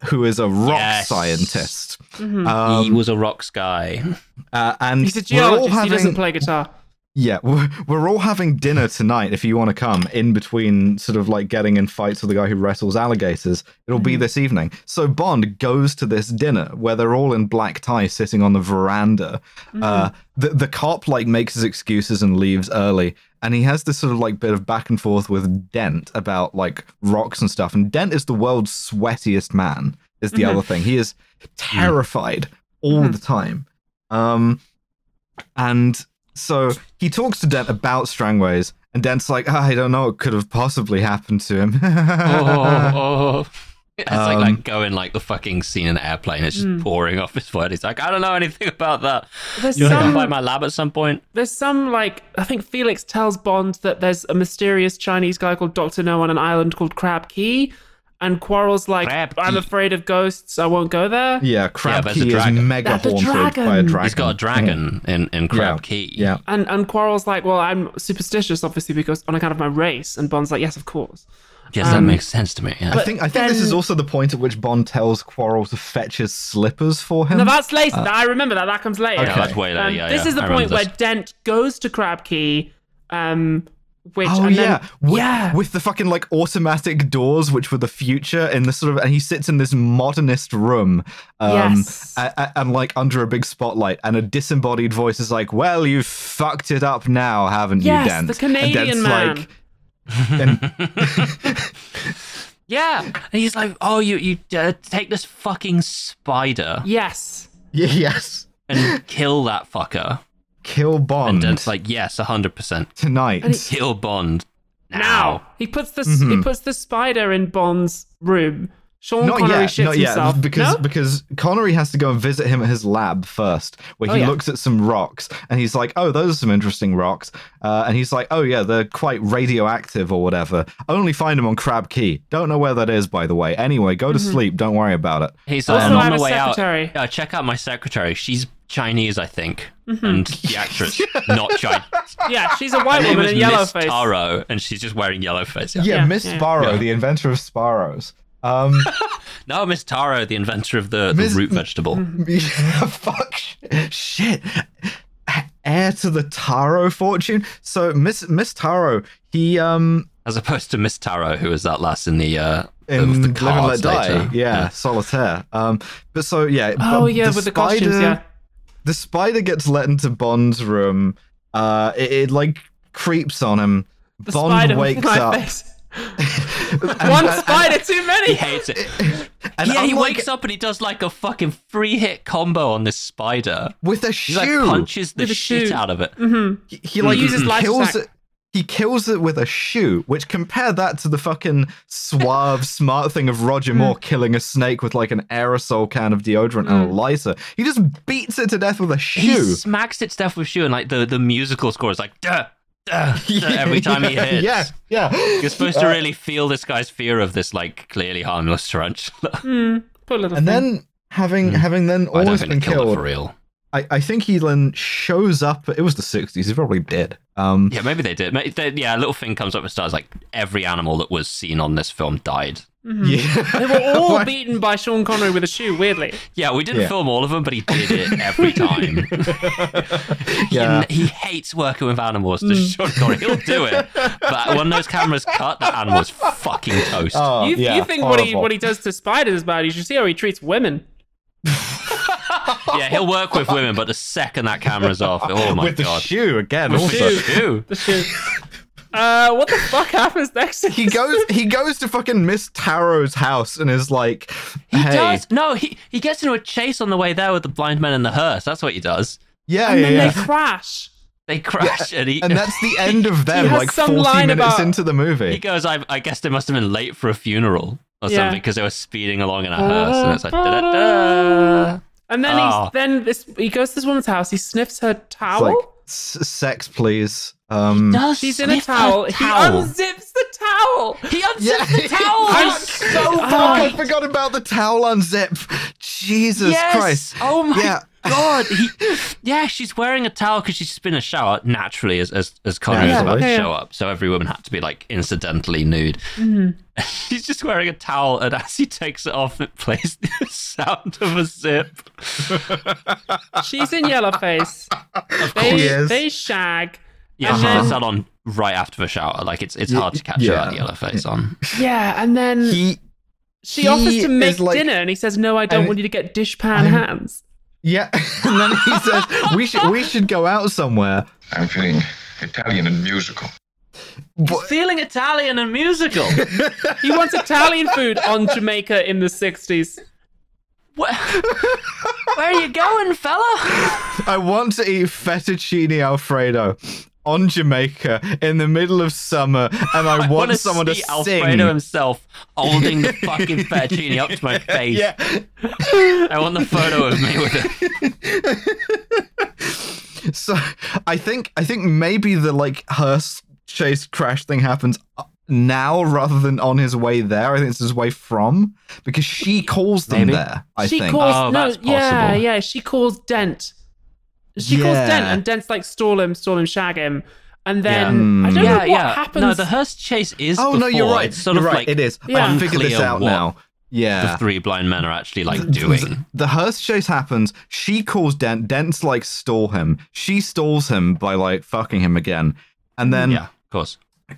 B: who is a rock
D: Yes.
B: scientist.
E: Mhm.
B: Um,
D: he was a rocks guy.
B: uh, and
E: He's a
B: we're all
E: geologist.
B: having,
E: He doesn't play guitar.
B: Yeah, we're, we're all having dinner tonight if you want to come in between sort of like getting in fights with the guy who wrestles alligators. It'll
E: Mm-hmm.
B: be this evening. So Bond goes to this dinner where they're all in black tie sitting on the veranda. Uh,
D: Mm-hmm.
B: the, the cop like makes his excuses and leaves early. And he has this sort of like bit of back and forth with Dent about like rocks and stuff. And Dent is the world's sweatiest man, is the
E: Mhm.
D: Mm-hmm.
B: other thing. He is terrified all the time. Um, and so he talks to Dent about Strangways, and Dent's like, "Ah, I don't know what could have possibly happened to him.
D: oh, oh. It's like,
B: Um,
D: like going like the fucking scene in an airplane. It's just
E: Hmm.
D: pouring off his word. He's like, I don't know anything about that.
E: There's
D: You want to come
E: some
D: by my lab at some point?
E: there's some like I think Felix tells Bond that there's a mysterious Chinese guy called Doctor No on an island called Crab Key, and Quarrel's like,
D: Crab
E: I'm
D: Key.
E: afraid of ghosts. I won't go there.
B: Yeah,
D: Yeah,
B: Crabkey
D: there's a
B: is
D: dragon.
B: mega
E: That's a
B: haunted
E: dragon.
B: by a
E: He's
B: dragon.
D: He's got a dragon in, in Crab
B: Yeah.
D: Key.
B: Yeah.
E: And and Quarrel's like, well, I'm superstitious, obviously, because on account of my race. And Bond's like, yes, of course.
D: Yes,
E: Um,
D: that makes sense to me. Yeah.
B: I think I think this is
E: then-
B: also the point at which Bond tells Quarrel to fetch his slippers for him.
E: No, that's later. I remember that. That comes later.
D: Um, uh, Yeah, that's way later.
E: Um,
D: yeah,
E: this
D: yeah.
E: is the
D: I
E: point
D: remember
E: where
D: this.
E: Dent goes to Crab Key, um, which
B: Oh
E: and
B: yeah,
E: then,
B: with,
E: yeah,
B: with the fucking like automatic doors, which were the future, in this sort of, and he sits in this modernist room, um,
E: Yes.
B: a- a- and like under a big spotlight, and a disembodied voice is like, "Well, you fucked it up now, haven't
E: Yes,
B: you, Dent?"
E: the Canadian
B: and Dent's
E: man.
B: like, and,
E: yeah,
D: And he's like, oh, you, you uh, take this fucking spider
E: yes.
B: y- yes,
D: and kill that fucker.
B: kill
D: And
B: Bond
D: Dent's like, yes, 100%.
B: tonight.
E: And he-
D: Kill Bond now.
E: Now he puts the
D: Mm-hmm.
E: he puts the spider in Bond's room. Sean
B: not
E: Connery
B: yet,
E: shits
B: not
E: himself
B: yet, because
E: No?
B: because Connery has to go and visit him at his lab first, where
E: Oh,
B: he
E: yeah.
B: looks at some rocks and he's like, "Oh, those are some interesting rocks," uh, and he's like, "Oh yeah, they're quite radioactive or whatever. Only find them on Crab Key. Don't know where that is, by the way. Anyway, go to
E: Mm-hmm.
B: sleep. Don't worry about it."
D: He's
E: Also,
D: like,
E: I
D: on
E: have
D: the
E: a
D: way
E: secretary.
D: out. Yeah, check out my secretary. She's Chinese, I think,
E: Mm-hmm.
D: and the actress, not Chinese.
E: yeah, she's a white
D: Name
E: woman
D: is
E: in yellow
D: Miss
E: face.
D: Taro, and she's just wearing yellow face. Yeah.
B: Yeah,
E: Yeah,
B: Miss
E: yeah.
B: Sparrow,
D: Yeah.
B: the inventor of Sparrows. Um,
D: No, Miss Taro, the inventor of the, the
B: Miss- Mm-hmm.
D: root vegetable.
B: fuck, shit. Heir to the Taro fortune. So Miss Miss Taro, he um
D: As opposed to Miss Taro, who is that lass in the uh
B: in
D: of
B: Live and
D: the
B: Let
D: cards
B: Die.
D: later.
B: Yeah, solitaire. Um, but so yeah.
E: Oh
B: but
E: yeah, with the costumes. Yeah,
B: The spider gets let into Bond's room. Uh, it, it like creeps on him.
E: the
B: Bond
E: spider with
B: wakes
E: my
B: up.
E: face.
B: and-
E: One
B: and-
E: spider too many.
D: He hates it.
B: and
D: yeah, he
B: unlike-
D: wakes up and he does like a fucking three hit combo on this spider.
B: with a
D: He
B: shoe.
D: like Mm-hmm. punches the
E: With a
D: shit
E: shoe.
D: out of it.
B: he, he, like
E: uses
B: kills
E: livestock.
B: it. He kills it with a shoe. Which compare that to the fucking suave, smart thing of Roger
E: Mm.
B: Moore killing a snake with like an aerosol can of deodorant and a lighter. He just beats it to death with a
D: He
B: shoe.
D: smacks its death with shoe, and like the, the musical score is like duh, duh, duh every time he
B: Yeah, Uh,
D: hits.
B: Yeah, yeah.
D: You're supposed to really feel this guy's fear of this like clearly harmless tarantula.
E: Poor little
B: and
E: thing.
B: then having having then
D: Hmm. I don't
B: always
D: think
B: been
D: they killed it
B: killed,
D: for real.
B: I, I think he then shows up. It was the sixties. He probably did. Um,
D: Yeah, maybe they did. Maybe they, yeah, a little thing comes up and starts like every animal that was seen on this film died.
E: they
B: yeah.
E: were all beaten by Sean Connery with a shoe. Weirdly,
D: Yeah, we didn't
B: Yeah.
D: film all of them, but he did it every time.
B: Yeah. Mm.
D: And he hates working with animals. To Sean Connery, he'll do it. But when those cameras cut, that animal's fucking toast.
B: Oh,
E: you,
B: yeah,
E: you think what he
B: horrible.
E: what he does to spiders is bad? You should see how he treats women.
D: Yeah, he'll work with women, but the second that camera's off, oh my
B: with the
D: god.
B: shoe again.
D: With
B: also.
D: the shoe.
E: The shoe. Uh, what the fuck happens next? in
B: He
E: this?
B: goes he goes to fucking Miss Taro's house and is like,
D: He
B: hey,
D: does. No, he, he gets into a chase on the way there with the blind man and the hearse. That's what he does.
B: yeah,
E: and
B: yeah,
E: then
B: yeah.
E: they crash.
D: They crash and he
B: and that's the end of them,
E: has
B: like
E: some
B: 40
E: line
B: minutes
E: about-
B: into the
D: he
B: movie.
D: goes. I, I guess they must have been late for a funeral or
E: Yeah.
D: something because they were speeding along in a hearse and it's like da da da.
E: Ah. And then
D: Oh.
E: he's then this he goes to this woman's house. He sniffs her
B: Ah. It's
E: towel.
B: like, "S- sex, please. Um,
D: Does
E: Uh, She's in a
D: sniff her
E: towel. He
D: towel.
E: unzips the towel.
D: He unzips
B: Yeah.
D: the towel. Oh.
B: I'm
D: He's-
B: so fuck, I forgot about the towel unzip. Jesus
D: yes.
B: Christ.
D: Oh my
B: Yeah.
D: god. He, yeah, she's wearing a towel because she's been in a shower naturally as as, as Connor is about to
E: Naturally.
D: show up. So every woman had to be like incidentally nude.
E: Mm-hmm.
D: She's just wearing a towel, and as he takes it off, it plays the sound of a zip.
E: She's in yellow face.
B: course.
E: they,
B: She is.
E: they shag.
D: Yeah, she
E: Uh-huh.
D: puts that on right after the shower. Like it's it's hard to catch her
B: yeah.
D: out yellow face on.
E: Yeah, and then
B: He,
E: she
B: he
E: offers to make
B: is like-
E: dinner, and he says, "No, I don't
B: I'm-
E: want you to get dishpan
B: I'm-
E: hands."
B: yeah. And then he says, we should, we should go out somewhere.
A: I'm feeling Italian and musical.
B: But,
D: Feeling Italian and musical.
E: He wants Italian food on Jamaica in the '60s.
D: where, where are you going, fella?
B: I want to eat fettuccine alfredo on Jamaica in the middle of summer, and I, want
D: wanna
B: someone to
D: see
B: sing.
D: Alfredo himself holding the fucking fettuccine up to my face.
B: yeah,
D: I want the photo of me with it.
B: so I think I think maybe the like hearse chase crash thing happens uh, now rather than on his way there. I think it's his way from because she calls them
D: Maybe.
B: there. I
E: she
B: think.
E: calls
D: Oh,
E: no,
D: that's
E: yeah,
D: possible.
E: yeah. She calls Dent. She calls
B: Yeah.
E: Dent, and Dent's like stall him, stall him, shag him, and then
B: Yeah.
E: I don't know
D: Yeah,
E: what
D: yeah.
E: happens.
D: No, the hearse chase is.
B: oh no, you're
D: before.
B: right.
D: It's sort
B: you're
D: of
B: right.
D: like
B: it is.
E: Yeah.
B: I figured this
D: unclear
B: out
D: what
B: now. Yeah.
D: The three blind men are actually like
B: Th- th-
D: doing.
B: The hearse chase happens. She calls Dent. Dent's like stall him. She stalls him by like fucking him again. And then
D: Yeah, of course.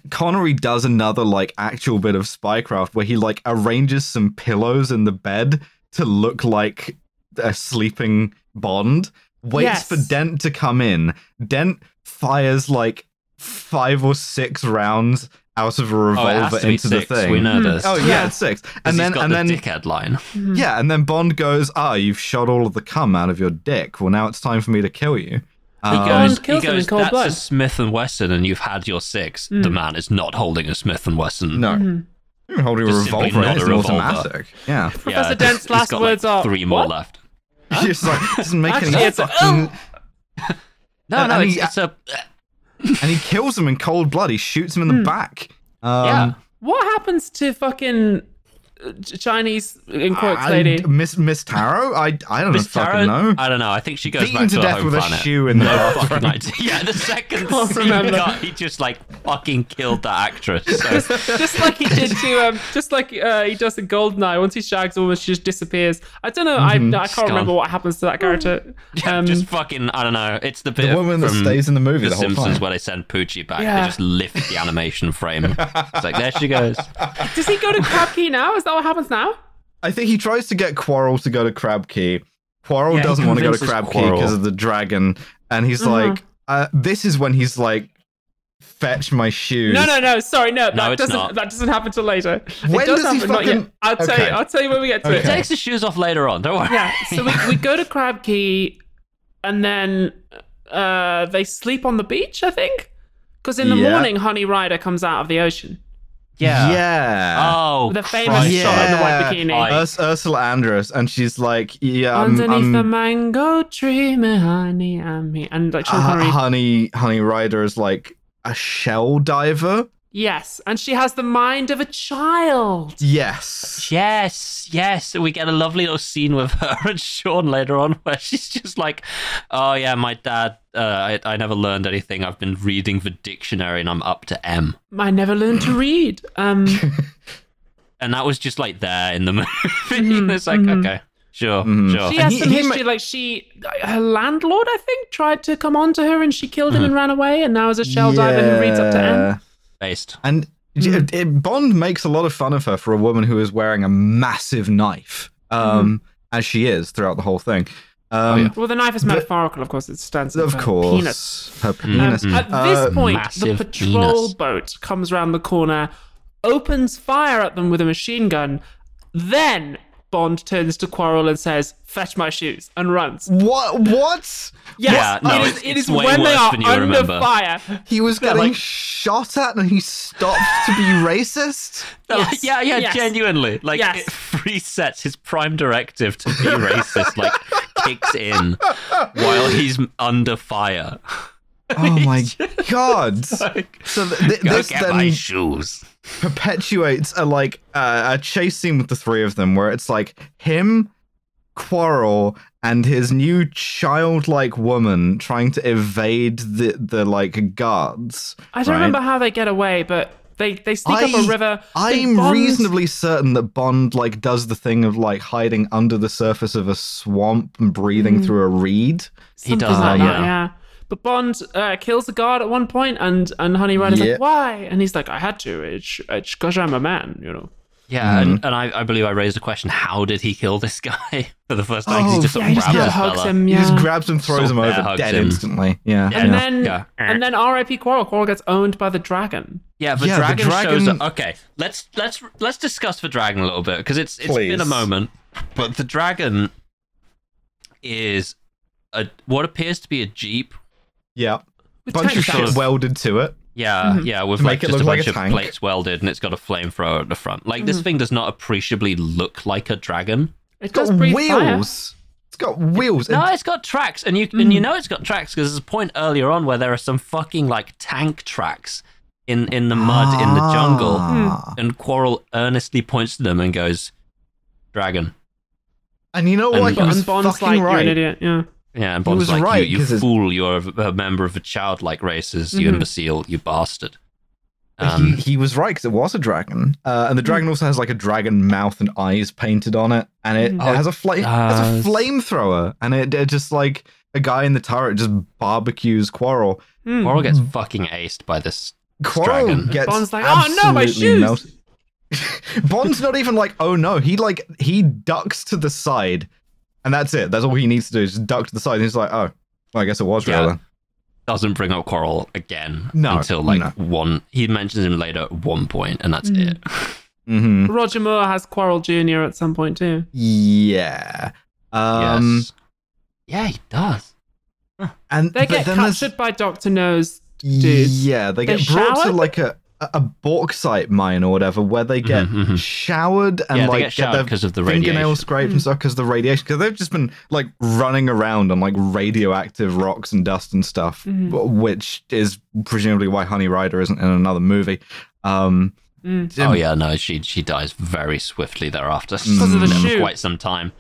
B: Connery does another like actual bit of spycraft where he like arranges some pillows in the bed to look like a sleeping Bond. Waits
E: Yes.
B: for Dent to come in. Dent fires like five or six rounds out of a
D: Oh, it has
B: revolver
D: to be
B: into
D: six.
B: the thing.
D: We know this.
B: Oh yeah,
E: Yeah. Mm-hmm.
B: it's six.
D: 'Cause
B: And
D: he's
B: then
D: got
B: and
D: the
B: then
D: dickhead line.
B: yeah, and then Bond goes, "Ah, you've shot all of the cum out of your dick. Well, now it's time for me to kill you."
D: He
B: Um,
D: goes,
E: Bond kills
D: he
E: him in
D: goes
E: cold
D: that's
E: blood."
D: a Smith and Wesson, and you've had your six. The man is not holding a Smith and Wesson.
B: Hmm. no,
E: Mm-hmm.
B: You're holding a
D: Just simply
B: revolver.
D: not
B: It's
D: a
B: an
D: revolver.
B: automatic. Yeah.
D: Yeah,
E: Professor
D: he's-
E: Dent's
D: Uh, he's
E: last
D: got,
E: words
D: like,
E: are,
D: three more
E: "What?"
D: left.
B: Just like doesn't make any
E: Actually, it's a-
B: fucking.
D: No,
B: And-
D: no,
B: and
D: it's,
B: he-
D: it's a
B: And he kills him in cold blood. He shoots him
E: Hmm.
B: in the back. Um,
D: yeah.
E: What happens to fucking uh, Ch- Chinese in quotes
B: I-
E: lady?
B: Miss Miss Taro. I I don't
D: Miss
B: fucking
D: Taro,
B: know.
D: I don't know. I think she goes
B: Beaten
D: back
B: to
D: to, her
B: death
D: home
B: with a
D: planet.
B: shoe in the
D: no
B: bathroom.
D: fucking idea. Yeah, the second
E: Can't
D: scene
E: remember.
D: got, he just like fucking killed that actress.
E: just,
D: So.
E: just like he did to um, just like uh, he does in Goldeneye. Once he shags a woman, she just disappears. I don't know.
B: Mm-hmm.
E: I, I
D: She's
E: can't remember
D: gone.
E: what happens to that character. Um,
D: just fucking, I don't know. It's the bit
B: The woman that
D: from
B: stays in the movie
D: The,
B: the whole
D: Simpsons
B: time.
D: where they send Poochie back.
E: Yeah.
D: They just lift the animation frame. It's like there she goes.
E: does he go to Crab Key now? Is that what happens now?
B: I think he tries to get Quarrel to go to Crab Key. Quarrel
D: Yeah, he
B: doesn't want to go to
D: convinces
B: Crab Key
D: Quarrel.
B: because of the dragon, and he's
E: Uh-huh.
B: like, uh, "This is when he's like, fetch my shoes."
E: No, no, no. Sorry, no. That
D: it's
E: doesn't.
D: not.
E: That doesn't happen till later.
B: When
E: it does,
B: does he
E: happen, not yet.
B: fucking-
E: I'll tell
B: Okay.
E: you. I'll tell you when we get to
B: Okay.
E: it.
D: Takes the shoes off later on. Don't worry.
E: Yeah. So we, we go to Crab Key, and then uh, they sleep on the beach. I think because in the
B: Yeah.
E: morning, Honey Rider comes out of the ocean.
D: Yeah.
B: Yeah.
D: Oh,
E: The famous
D: Christ.
E: shot in the
B: Yeah.
E: white bikini.
D: I-
B: Urs- Ursula Andress, and she's like, "Yeah, I'm,
E: Underneath
B: I'm
E: the mango tree, my honey, and me. And like Sean
B: uh,
E: Connery.
B: honey, honey Rider is like a shell diver."
E: Yes. And she has the mind of a child.
B: Yes.
D: Yes, yes. We get a lovely little scene with her and Sean later on where she's just like, oh, yeah, my dad, uh, I, I never learned anything. I've been reading the dictionary and I'm up to M.
E: I never learned to read. Um,
D: And that was just like there in the movie. it's like, okay, sure,
B: Mhm.
D: sure.
E: Mm-hmm, she
B: And
E: has
B: he-
E: some
B: he
E: history.
B: ma-
E: like she, her landlord, I think, tried to come on to her and she killed him and ran away. And now is a shell diver who reads up to M. Hmm.
D: Based.
B: And it- it- Bond makes a lot of fun of her
E: Hmm.
B: for a woman who is wearing a massive knife, um, as she is throughout the whole thing. Um,
D: yeah.
E: Well, the knife is
B: But-
E: metaphorical, of course. It stands
B: Of
E: for
B: course,
E: Penis.
B: her
E: Um,
B: penis.
E: At
B: Uh,
E: this point, the
D: Massive
E: patrol
D: penis.
E: boat comes round the corner, opens fire at them with a machine gun. Then Bond turns to Quarrel and says, "Fetch my shoes," and runs.
B: What? What?
E: Yes,
D: Yeah, no,
E: it is.
D: it's-
E: it
D: it's
E: is
D: way
E: when they
D: worse
E: are
D: than you
E: under
D: remember.
E: fire.
B: He was
E: They're
B: getting
E: like-
B: shot at, and he stopped to be racist.
D: No,
E: Yes.
D: Oh, Yeah, yeah,
E: Yes.
D: genuinely. Like it
E: Yes.
D: resets his prime directive to be racist, like kicks in while he's under fire.
B: Oh my god! So
D: Like,
B: th- th-
D: go
B: this
D: get my
B: then
D: shoes.
B: perpetuates a like uh, a chase scene with the three of them, where it's like him, Quarrel, and his new childlike woman trying to evade the the like guards.
E: I don't
B: right?
E: remember how they get away, but they they sneak up
B: I-
E: a river. They
B: I'm
E: bond-
B: reasonably certain that Bond like does the thing of like hiding under the surface of a swamp and breathing
E: Mm.
B: through a reed.
E: Something
D: does that,
E: like that,
D: yeah.
E: yeah. But Bond uh, kills the guard at one point, and and Honey Run is
B: Yeah.
E: like, "Why?" And he's like, "I had to. It's it's because I'm a man, you know."
D: Yeah,
E: Mm-hmm.
D: and, and I, I believe I raised the question: How did he kill this guy for the first time? 'Cause
B: Oh,
D: he just
E: Yeah, he just
D: grabbed
E: kind
D: the
E: of hugs
D: fella.
E: him. Mm, Yeah.
B: He just grabs him, throws
D: Sort
B: him
D: of bear
B: over,
D: hugs
B: dead
D: him.
B: instantly. Yeah.
D: Yeah.
E: and
B: yeah.
E: then
D: Yeah.
E: and then R.I.P. Quarrel. Quarrel gets owned by the dragon.
D: Yeah, the
B: Yeah, the
D: dragon, shows
B: dragon-
D: up. Okay, let's let's let's discuss the dragon a little bit because it's it's been a
B: Please.
D: moment. But the dragon is a what appears to be a jeep.
B: yeah.
E: With
B: Bunch
E: tank
B: of
E: tanks.
B: shit welded to it.
D: Yeah, yeah, with
B: To
D: like
B: make it
D: just a
B: look like
D: bunch
B: a
D: of
B: tank.
D: plates welded, and it's got a flamethrower at the front. Like this thing does not appreciably look like a dragon.
E: It
B: It's
E: does
B: got
E: breathe fire.
B: wheels. It's got wheels.
D: No,
B: and
D: it's got tracks, and you
B: Hmm.
D: and you know it's got tracks because there's a point earlier on where there are some fucking like tank tracks in in the mud in the jungle,
B: Ah.
D: and Quarrel earnestly points to them and goes, "Dragon."
B: And you know what?
D: And-
B: He was
E: And Bond's
B: fucking
E: like, "You're an
B: right.
E: idiot." Yeah.
D: Yeah, and Bond's
B: was
D: like,
B: right,
D: you, you
B: 'cause it's- Mm-hmm.
D: fool, you're a, a member of a childlike races, you
E: Mhm.
D: imbecile, you bastard.
B: he,
D: Um,
B: he was right because it was a dragon, uh, and the dragon also has like a dragon mouth and eyes painted on it, and it, it
D: Oh,
B: has a flame, has
D: does.
B: a flamethrower, and it, it just like a guy in the turret just barbecues Quarrel.
E: Mm.
D: Quarrel gets fucking aced by this.
B: Quarrel
D: Dragon.
B: gets
E: Bond's like, "Oh, no, my
B: absolutely
E: shoes!"
B: melted. Bond's not even like, oh no, he like he ducks to the side, and that's it. That's all he needs to do is just duck to the side. And he's like, oh, well, I guess it was
D: Yeah.
B: real then.
D: Doesn't bring up Quarrel again
B: No,
D: until like
B: no.
D: one. He mentions him later at one point, and that's
E: Mhm.
D: it.
B: Mm-hmm.
E: Roger Moore has Quarrel Junior at some point too.
B: Yeah. Um,
D: yes. Yeah, he does.
B: and
E: They
B: but
E: get
B: then there's-
E: captured by Doctor Nose. dudes.
B: Yeah, they
E: They're
B: get brought to
E: showered?
B: like a a a bauxite mine or whatever, where they get
D: Mhm, mhm.
B: showered and
D: yeah,
B: like
D: they get showered
B: their
D: because of the
B: fingernail
D: radiation.
B: scraped
E: Hmm.
B: and stuff because the radiation. Because they've just been like running around on like radioactive rocks and dust and stuff,
E: Mhm.
B: wh- which is presumably why Honey Rider isn't in another movie. Um,
E: Mm.
D: Oh yeah, no, she she dies very swiftly thereafter.
B: Because
E: of the
D: Mm.
E: shoe.
D: Quite some time.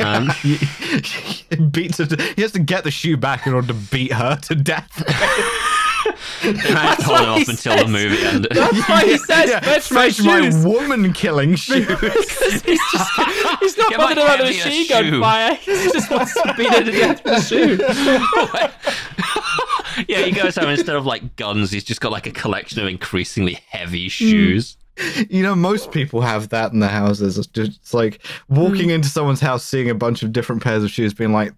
D: Um.
B: he, he beats her. To, he has to get the shoe back in order to beat her to death.
D: They managed to
E: That's
D: hold
E: what
D: it off
E: he
D: until the
E: says.
D: movie ended.
E: That's why he says,
B: Yeah,
E: "Fetch my
B: fetch my
E: shoes."
B: woman killing shoes.
E: he's just he's not
D: Get my
E: bothered about the
D: heavier
E: machine gun
D: shoe.
E: fire. He just wants to beat her to death with a shoe.
D: yeah, he goes home instead of like guns, he's just got like a collection of increasingly heavy shoes.
B: You know, most people have that in their houses. It's just it's like walking
D: Hmm.
B: into someone's house, seeing a bunch of different pairs of shoes, being like,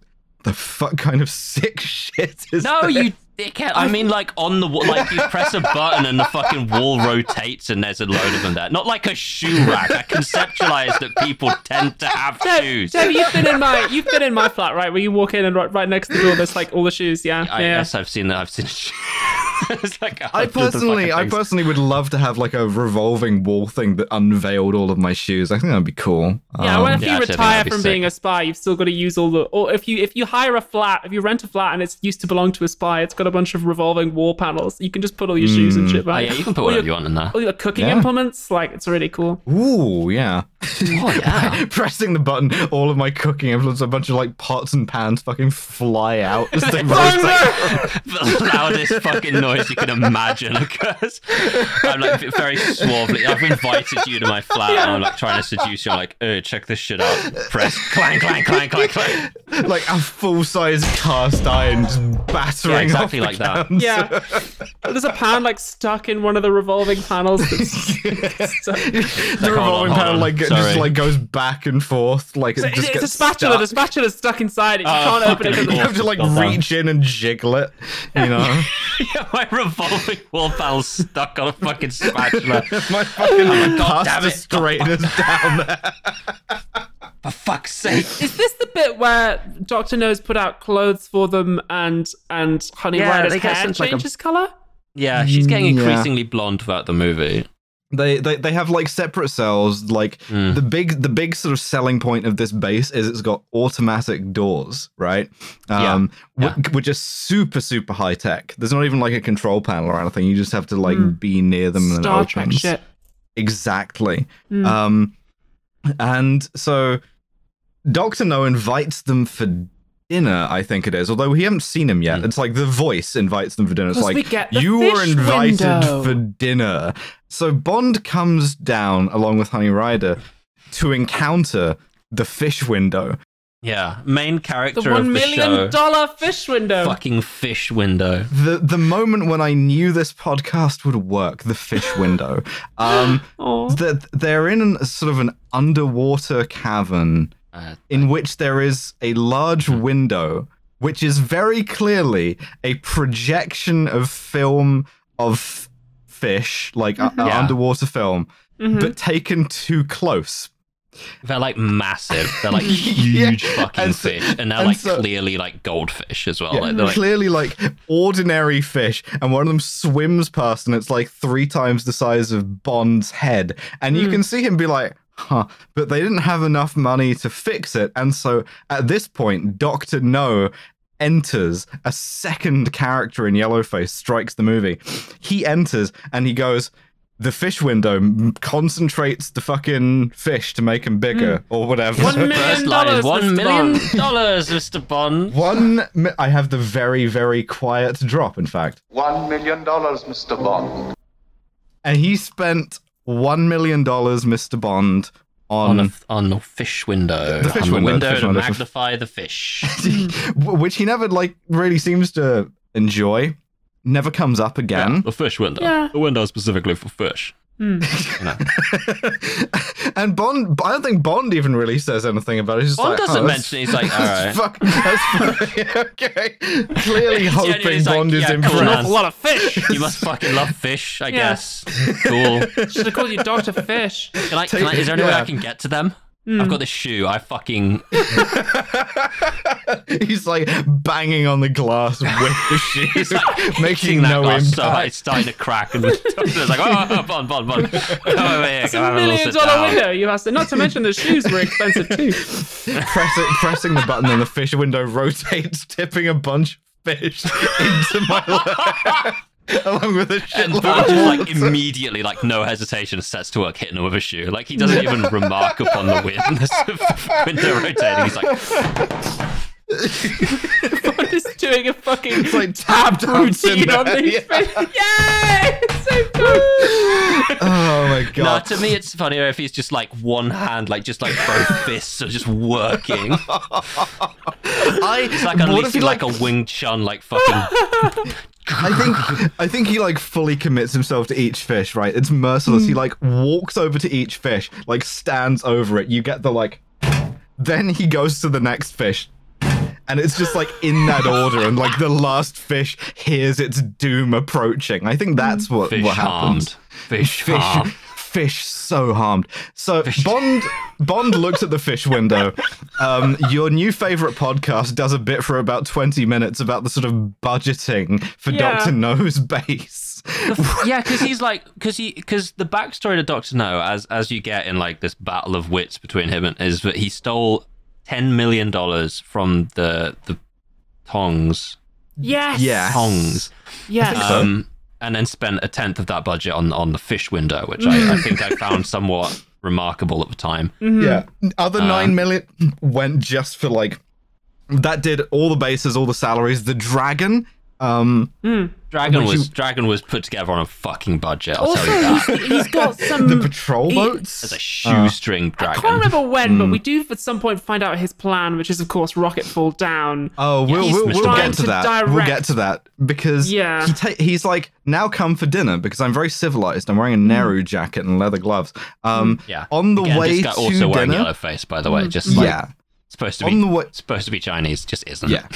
B: "The fuck kind of sick shit is?"
D: No,
B: this?"
D: Oh, you dickhead. I mean, like on the wall, like you press a button and the fucking wall rotates and there's a load of them there. Not like a shoe rack. I conceptualized that people tend to have shoes.
E: Debbie, you've been in my you've been in my flat, right? Where you walk in and right, right next to the door, there's like all the shoes. Yeah,
D: I
E: yeah.
D: guess I've seen that. I've seen. it's like a
B: I
D: hundred of
B: personally,
D: fucking
B: I
D: things.
B: personally would love to have like a revolving wall thing that unveiled all of my shoes. I think that'd be cool.
E: Yeah,
B: Um,
E: well, if
D: Yeah, actually,
E: you
D: I think
E: retire
D: that'd be
E: from being a spy, you've still got to use all the. Or if you if you hire a flat, if you rent a flat and it's used to belong to a spy, it's got a bunch of revolving wall panels. You can just put all your shoes and shit
D: Oh,
E: back.
D: yeah, you can put
E: All
D: whatever
E: your-
D: you want in there.
E: All your cooking
B: Yeah.
E: implements, like it's really cool.
B: ooh, yeah.
D: Oh, yeah.
B: Pressing the button, all of my cooking implements, a bunch of like pots and pans, fucking fly out. as they
D: Oh,
B: rotate.
D: the loudest fucking noise you can imagine occurs. I'm like very suavely. I've invited you to my flat, and I'm like trying to seduce you. I'm like, "Uh, check this shit out. Press clang, clang, clang, clang, clang.
B: like a full size cast iron, just battering
D: Yeah, exactly
B: off
D: like
B: the
D: that.
B: cans.
E: Yeah. There's a pan like stuck in one of the revolving panels. That's stuck.
B: the
D: on,
B: revolving
D: hold
B: panel
D: on.
B: like
D: Sorry.
B: just like goes back and forth like
E: So
B: it
E: it-
B: just
E: it's
B: gets
E: a spatula.
B: stuck.
E: The spatula's stuck inside it. You
D: Oh,
E: can't open it.
D: fucking
E: because
B: you have to like reach in and jiggle it, you know.
D: yeah, my revolving wall panel's stuck on a fucking spatula.
B: My fucking
D: God damn
B: pasta
D: it.
B: straightener's down there.
D: For fuck's sake.
E: Is this the bit where Doctor Nose put out clothes for them and and Honey
D: Yeah,
E: Rider's
D: they get
E: hair
D: sent, like, a-
E: changes color?
D: Yeah, she's getting
B: Mm, yeah.
D: increasingly blonde throughout the movie.
B: They, they they have like separate cells. Like the big the big sort of selling point of this base is it's got automatic doors, right?
D: Yeah.
B: Um, whi-
D: Yeah.
B: which are super super high tech. There's not even like a control panel or anything. You just have to like
E: Mm.
B: be near them and
E: Star
B: it
E: Trek
B: opens.
E: shit.
B: Exactly.
E: Mm.
B: Um, and so Doctor No invites them for dinner. I think it is. Although we haven't seen him yet. It's like the voice invites them for dinner. It's
E: 'Cause
B: like
E: we get the
B: you were
E: fish
B: invited
E: window."
B: for dinner. So Bond comes down along with Honey Rider to encounter the fish window.
D: Yeah, main character
E: The one
D: of the show.
E: million dollar fish window.
D: fucking fish window.
B: The the moment when I knew this podcast would work. The fish window. Um,
E: Aw.
B: that they're in a sort of an underwater cavern.
D: Uh, Hmm.
B: in which there is a large window, which is very clearly a projection of film of fish, like a- a
D: Yeah. Mm-hmm.
B: underwater film,
E: Mhm.
B: but taken too close.
D: they're like massive. They're like
B: Yeah,
D: huge fucking
B: and so-
D: fish, and they're
B: and
D: like
B: so-
D: clearly like goldfish as well.
B: Yeah,
D: like, they're like
B: clearly, like ordinary fish, and one of them swims past, and it's like three times the size of Bond's head, and
D: Hmm.
B: you can see him be like. Huh, but they didn't have enough money to fix it, and so at this point, Doctor No enters a second character in Yellowface strikes the movie. He enters and he goes. The fish window m- concentrates the fucking fish to make him
D: Hmm.
B: bigger or whatever.
E: One
D: first
E: million
D: line is
E: dollars.
D: one
E: Mr.
D: million
E: Bond.
D: dollars, Mr.
B: Hmm.
D: Bond.
B: One, mi- I have the very, very quiet drop. In fact,
C: One million dollars, Mr. Bond.
B: and he spent one million dollars, Mr. Bond, on,
D: On a, on a fish window.
B: The fish
D: on the
B: window,
D: window
B: fish
D: to
B: window.
D: magnify the fish.
B: which he never like really seems to enjoy. Never comes up again.
D: the fish window.
E: Yeah.
D: The window specifically for fish.
B: and Bond, I don't think Bond even really says anything about it. He's just
D: Bond
B: like,
D: doesn't
B: "Oh, that's-
D: mention it. He's like, all right.
B: That's fuck, that's fuck- okay. Clearly
D: It's genuine,
B: hoping
D: it's like,
B: Bond is
D: yeah, cool,
E: An
B: impressed.
E: awful lot of fish.
D: You must fucking love fish, I
E: Yeah.
D: guess. Cool.
E: Should have called you Doctor Fish.
D: Can I, can I, is there any way
B: yeah.
D: I can get to them?
E: Hmm.
D: I've got this shoe. I fucking
B: He's like banging on the glass with the shoes, making
D: hitting that
B: no
D: glass
B: impact.
D: so hard, it's starting to crack, and it's like, oh, oh, oh, Bond, Bond, Bond, come over here,
E: It's
D: come
E: a
D: have a little
E: million
D: sit
E: dollar
D: down.
E: window. You asked. Not to mention the shoes were expensive too.
B: Press it, pressing the button on the fish window rotates, tipping a bunch of fish into my lap, along with a
D: And
B: shitload
D: Bond
B: of
D: just like
B: water.
D: immediately, like no hesitation, sets to work hitting her with a shoe. Like he doesn't even remark upon the weirdness of the window rotating. He's like,
E: I'm just doing a fucking
B: It's like tap
E: tab
B: dance in
E: routine on
B: there,
E: these
B: yeah.
E: fish. Yay! It's so cool.
B: Oh my god!
D: nah, to me, it's funnier if he's just like one hand, like just like both fists are just working.
B: I,
D: It's like unleashing like, a Wing Chun, like fucking.
B: I think I think he like fully commits himself to each fish, right? It's merciless.
D: Hmm.
B: He like walks over to each fish, like stands over it. You get the like then he goes to the next fish. And it's just like in that order, and like the last fish hears its doom approaching. I think that's what,
D: Hmm. Fish
B: what happens
D: harmed. Fish,
B: fish
D: harmed.
B: fish so harmed so bond bond looks at the fish window um, your new favorite podcast does a bit for about 20 minutes about the sort of budgeting for
E: Yeah.
B: dr no's base
D: yeah, because he's like, because he, because the backstory to Doctor No, as as you get in like this battle of wits between him and is that he stole ten million dollars from the the Tongs
E: Yes.
B: yeah
D: Tongs,
E: Yes.
D: um, and then spent a tenth of that budget on on the fish window, which I, I think I found somewhat remarkable at the time.
E: Mm-hmm.
B: yeah other 9 million went just for like that did all the bases all the salaries the dragon Um,
D: Dragon
B: Would
D: was
B: you-
D: Dragon was put together on a fucking budget. I'll tell you that.
E: Also, he's got some.
B: the patrol
E: Mm. he-
B: boats. Hmm.
D: It's a shoestring
E: I
D: dragon.
E: can't remember when, but we do at some point find out his plan, which is, of course, rocket fall down.
B: Oh, we'll,
D: he's
B: we'll,
D: Mr.
B: we'll
D: Bond.
B: get to that. We'll get
E: Direct-
B: to that because
E: Yeah.
B: he ta- he's like, now come for dinner because I'm very civilized. I'm wearing a Nehru jacket and leather gloves. Um,
D: Mm. yeah.
B: On the
D: Again,
B: way
D: this
B: to
D: guy also wearing
B: dinner.
D: yellow face, by the way. Just like
B: yeah.
D: supposed to be
B: On the way,
D: supposed to be Chinese, just isn't.
B: yeah.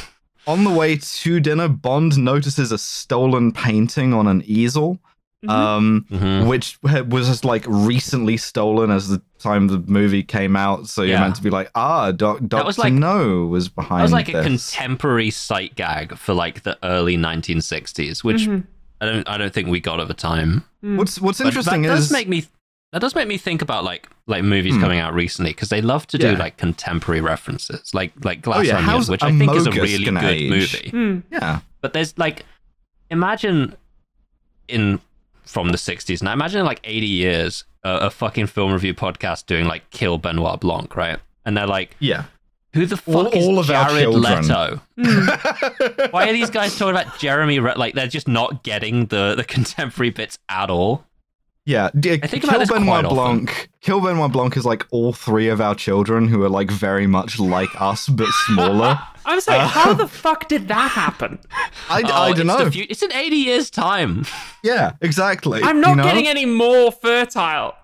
B: On the way to dinner, Bond notices a stolen painting on an easel, um,
D: Mhm.
B: which ha- was just like recently stolen as the time the movie came out. So you're
D: Yeah.
B: meant to be like, ah, Doc, Doctor
D: was like-
B: No was behind.
D: That was like a
B: this.
D: contemporary sight gag for like the early 1960s, which
B: Mm-hmm.
D: I don't I don't think we got at the time.
B: What's What's
D: But
B: interesting
D: that
B: is Hmm.
D: does make me that does make me think about like like movies coming out recently because they love to do
B: Yeah.
D: like contemporary references, like like Glass
B: Oh, yeah,
D: Onion,
B: how's
D: which I think is a
B: Amogus
D: really good
B: gonna age?
D: movie.
B: yeah,
D: But there's like, imagine in from the 60s, and I imagine in like 80 years, uh, a fucking film review podcast doing like Kill Benoit Blanc, right? And they're like,
B: yeah.
D: who the fuck
B: All-
D: is
B: all of our
D: Jared
B: children.
D: Leto? Why are these guys talking about Jeremy? Re- like they're just not getting the the contemporary bits at all.
B: Yeah, d-
D: I think
B: Kill
D: about this
B: Benoit
D: quite often.
B: Blanc. Kill Benoit Blanc is like all three of our children who are like very much like us but smaller.
E: I'm
B: Uh,
E: sorry, how the fuck did that happen?
B: I, I
D: Oh,
B: don't
D: it's the
B: know.
D: fu- it's in 80 years time.
B: Yeah, exactly.
E: I'm not
B: you know?
E: getting any more fertile.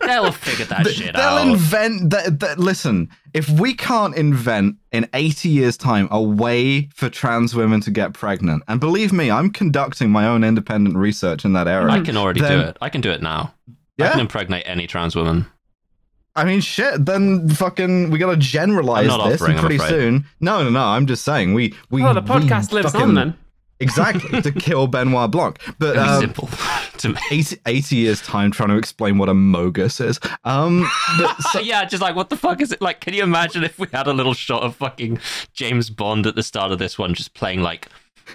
D: They'll figure that shit
B: They'll
D: out.
B: invent. That, that, listen, if we can't invent in 80 years' time a way for trans women to get pregnant, and believe me, I'm conducting my own independent research in that area.
D: I can already
B: Then-
D: do it. I can do it now. I
B: Yeah?
D: can impregnate any trans woman.
B: I mean, shit. Then fucking, we gotta generalize
D: I'm not
B: this
D: offering,
B: and
D: I'm
B: pretty
D: afraid.
B: soon. No, no, no. I'm just saying we we.
E: Well, the
B: we
E: podcast lives
B: fucking-
E: on then.
B: Exactly to kill Benoit Blanc, but
D: It'd be
B: um,
D: simple to me.
B: 80, 80 years time trying to explain what a mogus is. Um, but
D: So yeah, just like what the fuck is it like? Can you imagine if we had a little shot of fucking James Bond at the start of this one, just playing like,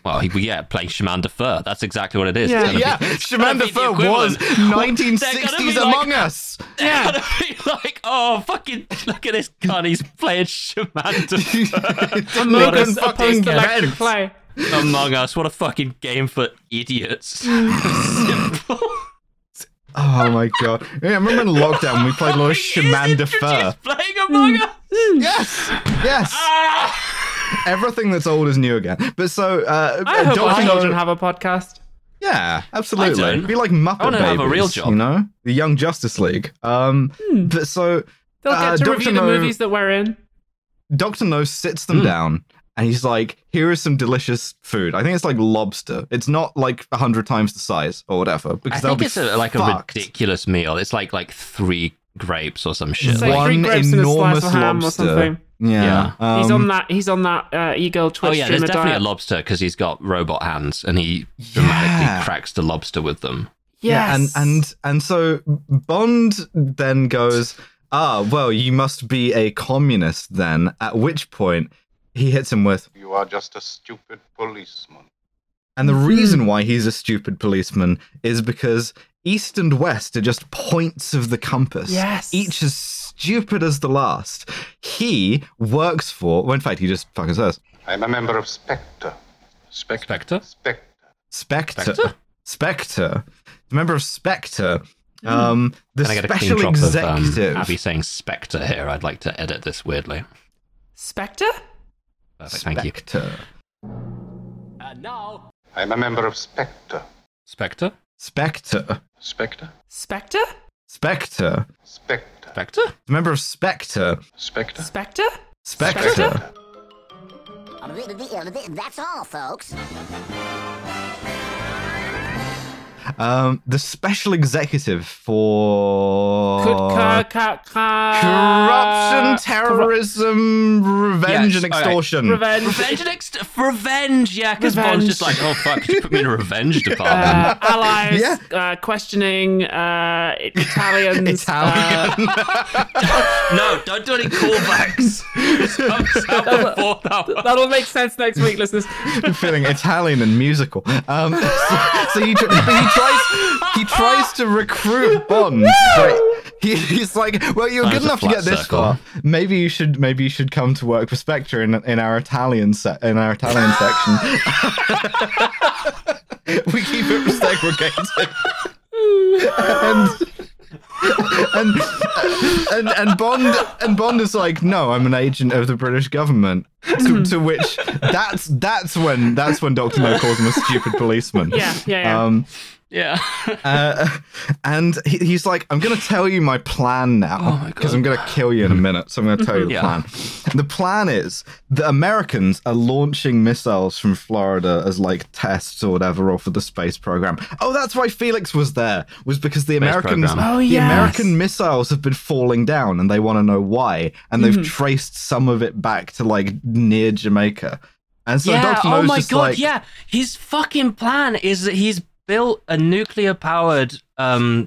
D: well, he, yeah, playing Chemin de Fer. That's exactly what it is. It's gonna
E: Yeah.
D: be-
B: yeah,
D: it's gonna
B: Chemin de
D: be the
B: Fer was
D: equivalent. They're
B: 1960s
D: gonna be
B: Among
D: like-
B: Us.
D: They're gonna be like, oh fucking, look at this cunt, he's playing Chemin de Fer.
B: Look and
E: Lucas opposed to
B: get
E: electric
B: it.
E: play.
D: Among Us, what a fucking game for idiots. Simple.
B: Oh my god! Yeah, I remember in lockdown we played a lot of Chemin de
D: He's
B: Fer.
D: introduced Playing Among Us.
E: Hmm,
B: Yes, yes.
D: Ah.
B: Everything that's old is new again. But so, uh,
E: I hope
B: Doctor
E: our
B: No-
E: children have a podcast.
B: Yeah, absolutely.
D: I don't.
B: Be like Muppet
D: I wanna
B: Babies.
D: have a real job.
B: You know, the Young Justice League. Um,
E: Hmm.
B: but so
E: They'll get
B: uh,
E: to
B: Doctor
E: review
B: No,
E: the movies that we're in.
B: Doctor No sits
D: Hmm.
B: them down. And he's like, here is some delicious food. I think it's like lobster. It's not like a hundred times the size or whatever.
D: I
B: Because they'll
D: think
B: be
D: it's a, like
B: fucked.
D: a ridiculous meal. It's like like three grapes or some shit.
E: It's like
B: One
E: three grapes and a
B: enormous
E: slice of ham or
B: lobster.
E: something.
B: Yeah.
E: he's
B: um,
E: on that. He's on that uh, e-girl Twitch
D: Oh yeah, there's
E: streamer
D: definitely
E: diet.
D: a lobster because he's got robot hands and he dramatically
B: Yeah.
D: cracks the lobster with them.
E: yes.
B: Yeah, and and and so Bond then goes, ah, well, you must be a communist then. At which point he hits him with,
C: You are just a stupid policeman.
B: and the
E: Mm-hmm.
B: reason why he's a stupid policeman is because east and west are just points of the compass.
E: Yes.
B: each as stupid as the last. He works for. Well, in fact, he just fucking says
C: I'm a member of Spectre. Spectre.
D: Spectre?
B: Spectre.
C: Spectre.
B: Spectre.
D: Spectre?
B: Member of Spectre. Um, the
D: Can Hmm. I get a clean
B: special
D: drop of
B: executive.
D: um, Abby saying Spectre here? I'd like to edit this weirdly.
E: Spectre.
D: Perfect, thank you.
B: Spectre.
C: I'm a member of Spectre.
D: Spectre?
B: Spectre.
C: Spectre.
E: Spectre.
B: Spectre.
C: Spectre.
D: Spectre?
B: Member of Spectre.
C: Spectre.
E: Spectre.
B: Spectre.
E: Spectre?
F: That's all, folks.
B: Um, the special executive for
E: Could ca- ca- ca-
B: Oh. corruption, terrorism, revenge,
D: Yes,
B: and
D: alright.
B: extortion.
E: revenge.
D: Revenge next revenge, yeah, because Bond's
E: Revenge.
D: just like, oh fuck, could you put me in a revenge department?
E: Uh, allies
B: Yeah.
E: uh, questioning uh, Italians.
B: Italian.
E: Uh,
D: no, don't do any callbacks. This comes out before that one.
E: that'll make sense next week, listeners.
B: feeling Italian and musical. Um, so, so he, tr- but he tries he tries to recruit Bond. Right? He- He's like, well, you're
D: Times
B: good
D: a
B: enough to
D: flat
B: get this
D: circle.
B: far. Maybe you should, maybe you should come to work for Spectre in, in our Italian se- in our Italian section. we keep it segregated. and, and and and Bond and Bond is like, no, I'm an agent of the British government. To, to which that's that's when that's when Doctor No calls him a stupid policeman.
E: Yeah, yeah, yeah.
B: Um,
D: Yeah.
B: uh, and he, he's like, I'm going to tell you my plan
D: Oh
B: now
D: my
B: because I'm going to kill you in a minute. So I'm going to tell you the
D: Yeah.
B: plan. The plan is the Americans are launching missiles from Florida as like tests or whatever, or for the space program. Oh, that's why Felix was there was because the Americans,
D: program.
E: Oh,
B: the
E: yes.
B: American missiles have been falling down, and they want to know why, and
D: Mm-hmm.
B: they've traced some of it back to like near Jamaica. And so
D: yeah.
B: Doctor
D: Oh
B: No's
D: my
B: just
D: god.
B: like,
D: yeah. His fucking plan is that he's built a nuclear powered um,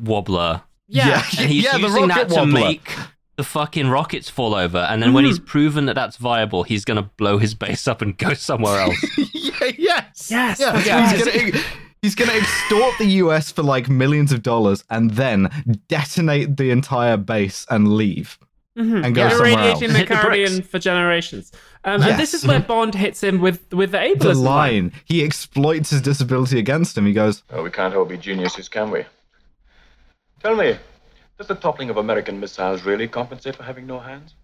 D: wobbler,
E: Yeah.
D: and he's
B: yeah, the
D: using
B: rocket
D: that to
B: wobbler. Hmm.
D: make the fucking rockets fall over. And then when he's proven that that's viable, he's gonna blow his base up and go somewhere else.
B: yeah, yes.
E: Yes,
B: Yeah.
E: that's right.
B: He's gonna he's gonna extort the US for like millions of dollars and then detonate the entire base and leave. And go
E: Yeah.
B: somewhere else.
E: Irradiating the
D: Hit the bricks.
E: Caribbean for generations. Um, And this
B: Yes.
E: is where Bond hits him with, with the ableism
B: The
E: line.
B: line. He exploits his disability against him. He goes,
F: Well, we can't all be geniuses, can we? Tell me, does the toppling of American missiles really compensate for having no hands?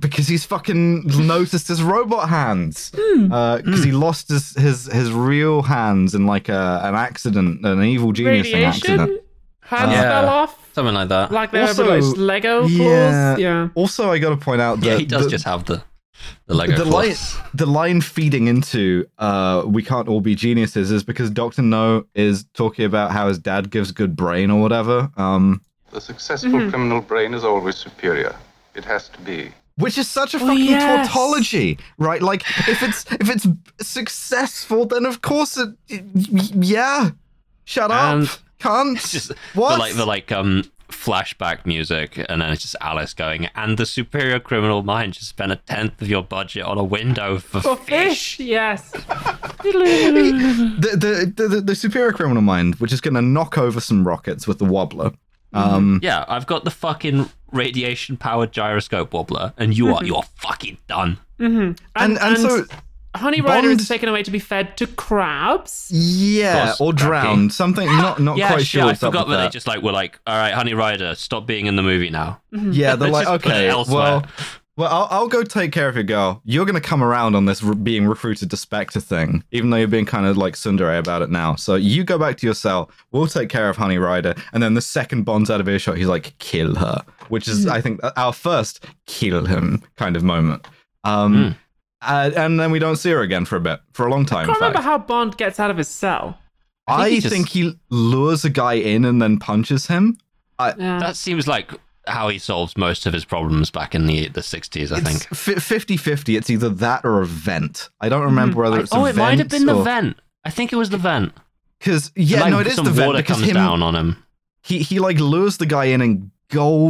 B: because he's fucking noticed his robot hands. Because
E: Hmm.
B: he lost his, his his real hands in like a, an accident, an evil genius thing accident.
E: Radiation? Hands
D: Yeah.
E: fell off?
D: Something like that.
E: Like they
B: Also-
E: were like Lego
B: yeah.
E: claws? Yeah.
B: Also, I got to point out that
D: yeah, he does
B: the-
D: just have the the Lego
B: the line,
D: claws.
B: the line feeding into uh, "we can't all be geniuses" is because Doctor No is talking about how his dad gives good brain or whatever, um,
C: The successful criminal brain is always superior. It has to be.
B: which is such a fucking
E: yes.
B: tautology, right? Like if it's if it's successful, then of course it, it- yeah. Shut
D: And-
B: up, cunt.
D: just
B: what?
D: the like the like um flashback music and then it's just alice going and the superior criminal mind just spent a tenth of your budget on a window for,
E: For
D: fish.
E: fish, yes.
B: the, the, the, the superior criminal mind, which is going to knock over some rockets with the wobbler. Um,
D: yeah i've got the fucking radiation powered gyroscope wobbler and you are you're fucking done
B: and, and so
E: Honey Rider
B: Bond-
E: is taken away to be fed to crabs.
B: yeah,
D: Course,
B: or
D: cracky.
B: drowned, something. Not not
D: yeah
B: quite
D: shit,
B: sure.
D: i
B: what's up
D: forgot
B: with
D: that they
B: that.
D: just like were like all right honey rider stop being in the movie now
B: Yeah, they're
D: Let's
B: like,
D: just put it
B: okay,
D: elsewhere."
B: well, well, I'll, I'll go take care of your girl. You're gonna come around on this re- being recruited to Spectre thing, even though you're being kind of like Sundere about it now. So you go back to your cell. We'll take care of Honey Rider, and then the second Bond's out of earshot, he's like, kill her, which is, I think, our first kill him kind of moment. Um, uh, and then we don't see her again for a bit, for a long time.
E: I can't
B: in fact.
E: remember how Bond gets out of his cell.
B: I,
D: I
B: think,
D: think
B: he
D: he
B: lures a guy in and then punches him.
E: Yeah.
D: that seems like how he solves most of his problems back in the the 60s i think
B: It's f- 50-50. It's either that or a vent. I don't remember whether it's
D: oh
B: a
D: it might have
B: vent
D: been the
B: or-
D: vent i think it was the vent
B: Because yeah,
D: like,
B: no, it is
D: some
B: the vent
D: water
B: because
D: comes
B: him,
D: down on him
B: he he like lures the guy in and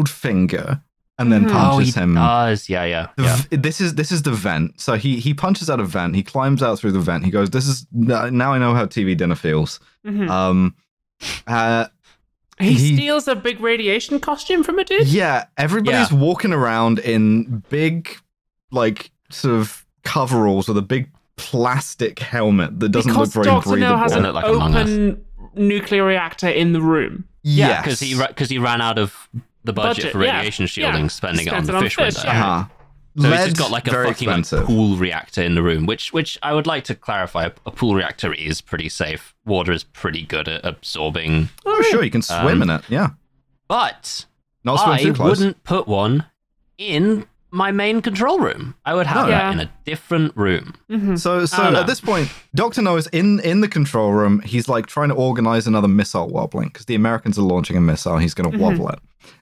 B: Goldfinger, and then punches
D: oh, he
B: him.
D: does. Yeah, yeah.
B: The
D: yeah.
B: v- this is this is the vent. So he he punches out a vent. He climbs out through the vent. He goes, "This is now I know how TV dinner feels."
D: Hmm.
E: Mhm.
B: Um, uh,
E: He,
B: He-
E: steals a big radiation costume from a dude.
B: yeah, everybody's walking around in big, like sort of coveralls with a big plastic helmet that doesn't
E: because
B: look very
E: Doctor
B: breathable.
E: No has an
D: Doesn't look like Among Us.
E: open nuclear reactor in the room.
D: Yeah,
B: yes.
D: because he because he ran out of the budget,
E: Budget,
D: for
E: yeah,
D: radiation shielding,
E: yeah.
D: spending it on
E: Spent
D: the
E: it on
D: fish,
E: fish,
D: window.
E: yeah.
B: uh-huh.
D: So
B: Lead,
D: he's just got like a
B: very
D: fucking like,
B: expensive.
D: pool reactor in the room, which which I would like to clarify. A pool reactor is pretty safe. Water is pretty good at absorbing,
B: Oh, sure, you can swim in it. Yeah,
D: but
B: not swim
D: um, I
B: too close.
D: wouldn't put one in my main control room. I would have
B: No.
E: Yeah.
D: that in a different room.
B: So, so
D: I don't know.
B: at this point, Doctor No is in in the control room. He's like trying to organize another missile wobbling because the Americans are launching a missile. He's
D: Mm-hmm.
B: going to wobble it.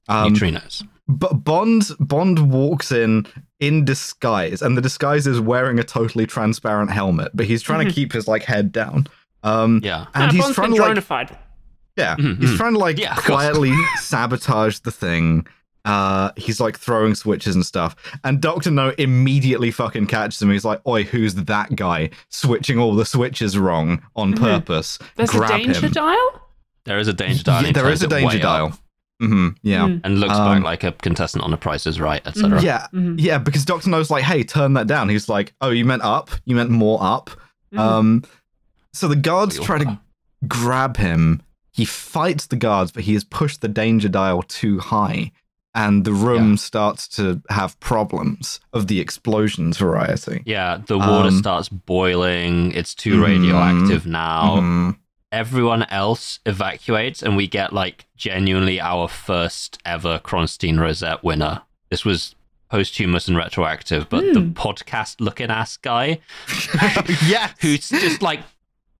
B: Um,
D: Neutrinos.
B: but Bond Bond walks in in disguise, and the disguise is wearing a totally transparent helmet. But he's trying to keep his like head down. Um,
D: Yeah.
B: and
E: yeah,
B: he's
E: Mm-hmm. Ah, Bond's
B: trying
E: been
B: to like
E: dronified.
B: yeah,
E: Mm-hmm.
B: he's trying to like
D: Yeah, of course.
B: quietly sabotage the thing. Uh, he's like throwing switches and stuff, and Doctor No immediately fucking catches him. He's like, "Oi, who's that guy switching all the switches wrong on purpose?"
E: Mm-hmm. There's
B: Grab
E: a danger
B: him.
E: dial.
D: There is a danger dial.
B: Yeah,
D: and he
B: there is
D: turns
B: a
D: it
B: danger
D: way up.
B: dial. hmm Yeah.
D: and looks
B: Um,
D: back like a contestant on a Price is Right, etc.
E: Mm-hmm.
B: Yeah. Yeah. Because Dr. No's like, hey, turn that down. He's like, oh, you meant up. You meant more up. Um, so the guards
D: Wheel
B: try to
D: bar.
B: grab him. He fights the guards, but he has pushed the danger dial too high. And the room starts to have problems of the explosions variety.
D: Yeah, the water
B: Um,
D: starts boiling. It's too
B: Mhm.
D: radioactive now.
B: Mhm.
D: Everyone else evacuates, and we get like genuinely our first ever Kronstein Rosette winner. This was posthumous and retroactive, but the
B: Hmm.
D: podcast looking ass guy
B: yes.
D: who's just like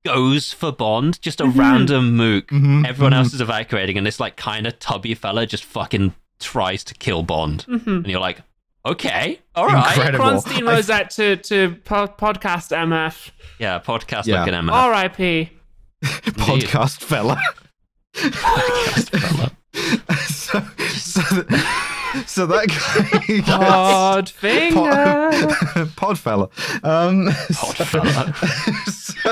D: goes for Bond, just
B: Mm-hmm.
D: a random mook.
B: Mhm,
D: Everyone
B: mhm.
D: else is evacuating, and this like kind of tubby fella just fucking tries to kill Bond. And you're like, okay, all right.
B: Mm-hmm. Incredible.
E: Kronstein
B: I-
E: Rosette to, to po- podcast MF.
D: Yeah, podcast
B: Yeah.
D: looking at man.
E: R.I.P.
B: podcast fella. so, so, th- so that guy.
E: Pod finger.
B: Pod, pod fella. Um,
D: Pod
B: so-
D: fella.
B: so,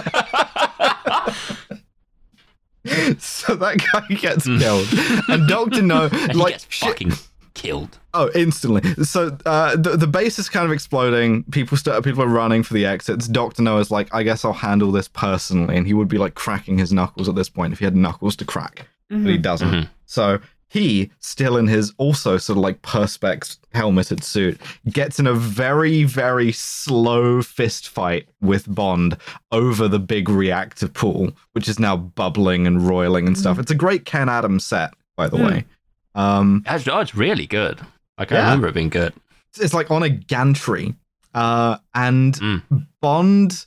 B: so that guy gets killed, and Doctor No
D: And Hmm. he
B: like
D: gets
B: shit-
D: fucking killed.
B: Oh, instantly. So uh, the the base is kind of exploding. People start. People are running for the exits. Doctor Noah's like, I guess I'll handle this personally, and he would be like cracking his knuckles at this point if he had knuckles to crack, but he doesn't. So he, still in his also sort of like perspex helmeted suit, gets in a very very slow fist fight with Bond over the big reactor pool, which is now bubbling and roiling and stuff. It's a great Ken Adams set, by the way. Um,
D: That's, oh, it's really good. Like, I
B: Yeah.
D: remember it being good.
B: it's like on a gantry uh and
D: Mm.
B: bond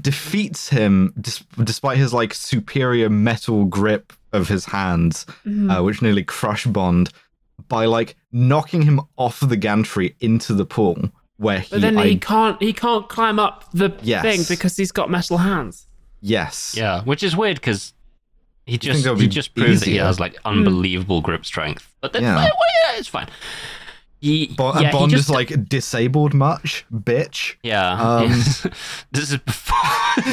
B: defeats him dis- despite his like superior metal grip of his hands
D: Mm-hmm.
B: uh, which nearly crush bond by like knocking him off the gantry into the pool where he,
E: But then
B: I-
E: he can't he can't climb up the
B: Yes.
E: thing because he's got metal hands.
B: yes
D: Yeah, which is weird because he just
B: it'll
D: he
B: be
D: just proves that he
B: easier? Hmm.
D: has like unbelievable grip strength. But then,
B: Yeah.
D: well, yeah, it's fine. He,
B: Bo-
D: yeah,
B: and
D: he
B: bond
D: just,
B: is like disabled much bitch
D: Yeah.
B: Um,
D: this is before,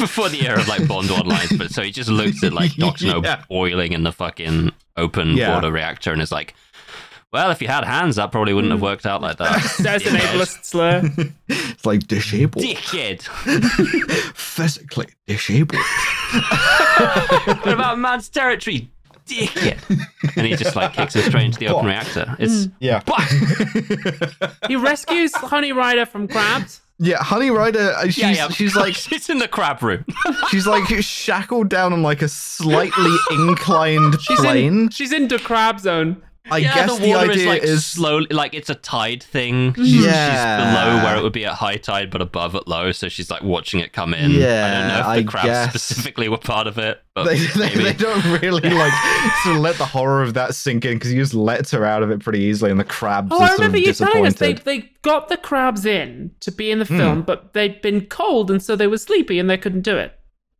D: before the era of like Bond online, but so he just looks at like Doc Snow
B: Yeah.
D: boiling in the fucking open
B: Yeah.
D: water reactor and is like, well, if you had hands, that probably wouldn't
B: Hmm.
D: have worked out like that.
E: There's an ableist slur.
B: it's like disabled
D: Dickhead.
B: physically disabled
D: What about man's territory? Dickhead. And he just like kicks a strain into the open reactor. It's
B: yeah
E: He rescues Honey Rider from crabs.
B: yeah honey rider uh, she's,
D: yeah, yeah.
B: she's like
D: she's in the crab room.
B: She's like shackled down on like a slightly inclined
E: She's
B: plane.
E: in she's in the crab zone.
B: I
D: yeah,
B: guess
D: the
B: the,
D: water
B: idea
D: is like slowly, like it's a tide thing. She's, she's
B: Yeah.
D: below where it would be at high tide, but above at low, so she's like watching it come in.
B: Yeah,
D: I
B: I
D: don't know if the crabs
B: guess.
D: specifically were part of it, but
B: they, they,
D: maybe.
B: they don't really like sort of let the horror of that sink in because he just lets her out of it pretty easily, and the crabs
E: Oh,
B: are
E: I
B: sort of
E: remember you telling us they
B: disappointed. Hmm.
E: they got the crabs in to be in the film, but they'd been cold and so they were sleepy and they couldn't do it.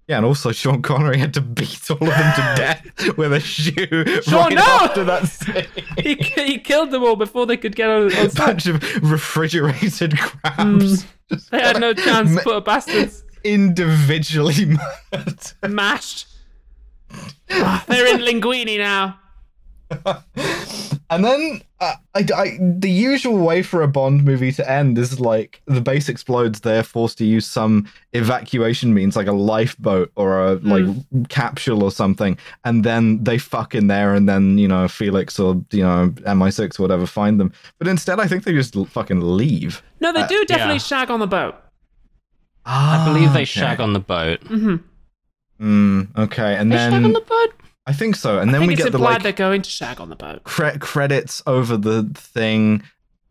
B: Yeah, and also Sean Connery had to beat all of them to death with a shoe right
E: no!
B: after that scene.
E: He, he killed them all before they could get on, on set.
B: Bunch of refrigerated
E: Hmm.
B: crabs
E: They had no chance, poor bastards.
B: individually murdered.
E: Mashed. Ah, they're in linguini now.
B: And then uh, I, I- the usual way for a Bond movie to end is like the base explodes. They're forced to use some evacuation means, like a lifeboat or a
D: Hmm.
B: like capsule or something. And then they fuck in there, and then you know Felix or you know MI6 or whatever find them. But instead, I think they just l- fucking leave.
E: No, they do definitely
D: yeah.
E: shag on the boat.
D: I believe
B: Ah,
D: they shag on the boat.
E: Mm-hmm.
B: Mm, okay, and then
D: shag on the boat.
B: I think so. And
E: I
B: then
E: think
B: we
E: it's
B: get the
E: implied
B: like
E: they're going to shag on the boat.
B: cre- credits over the thing.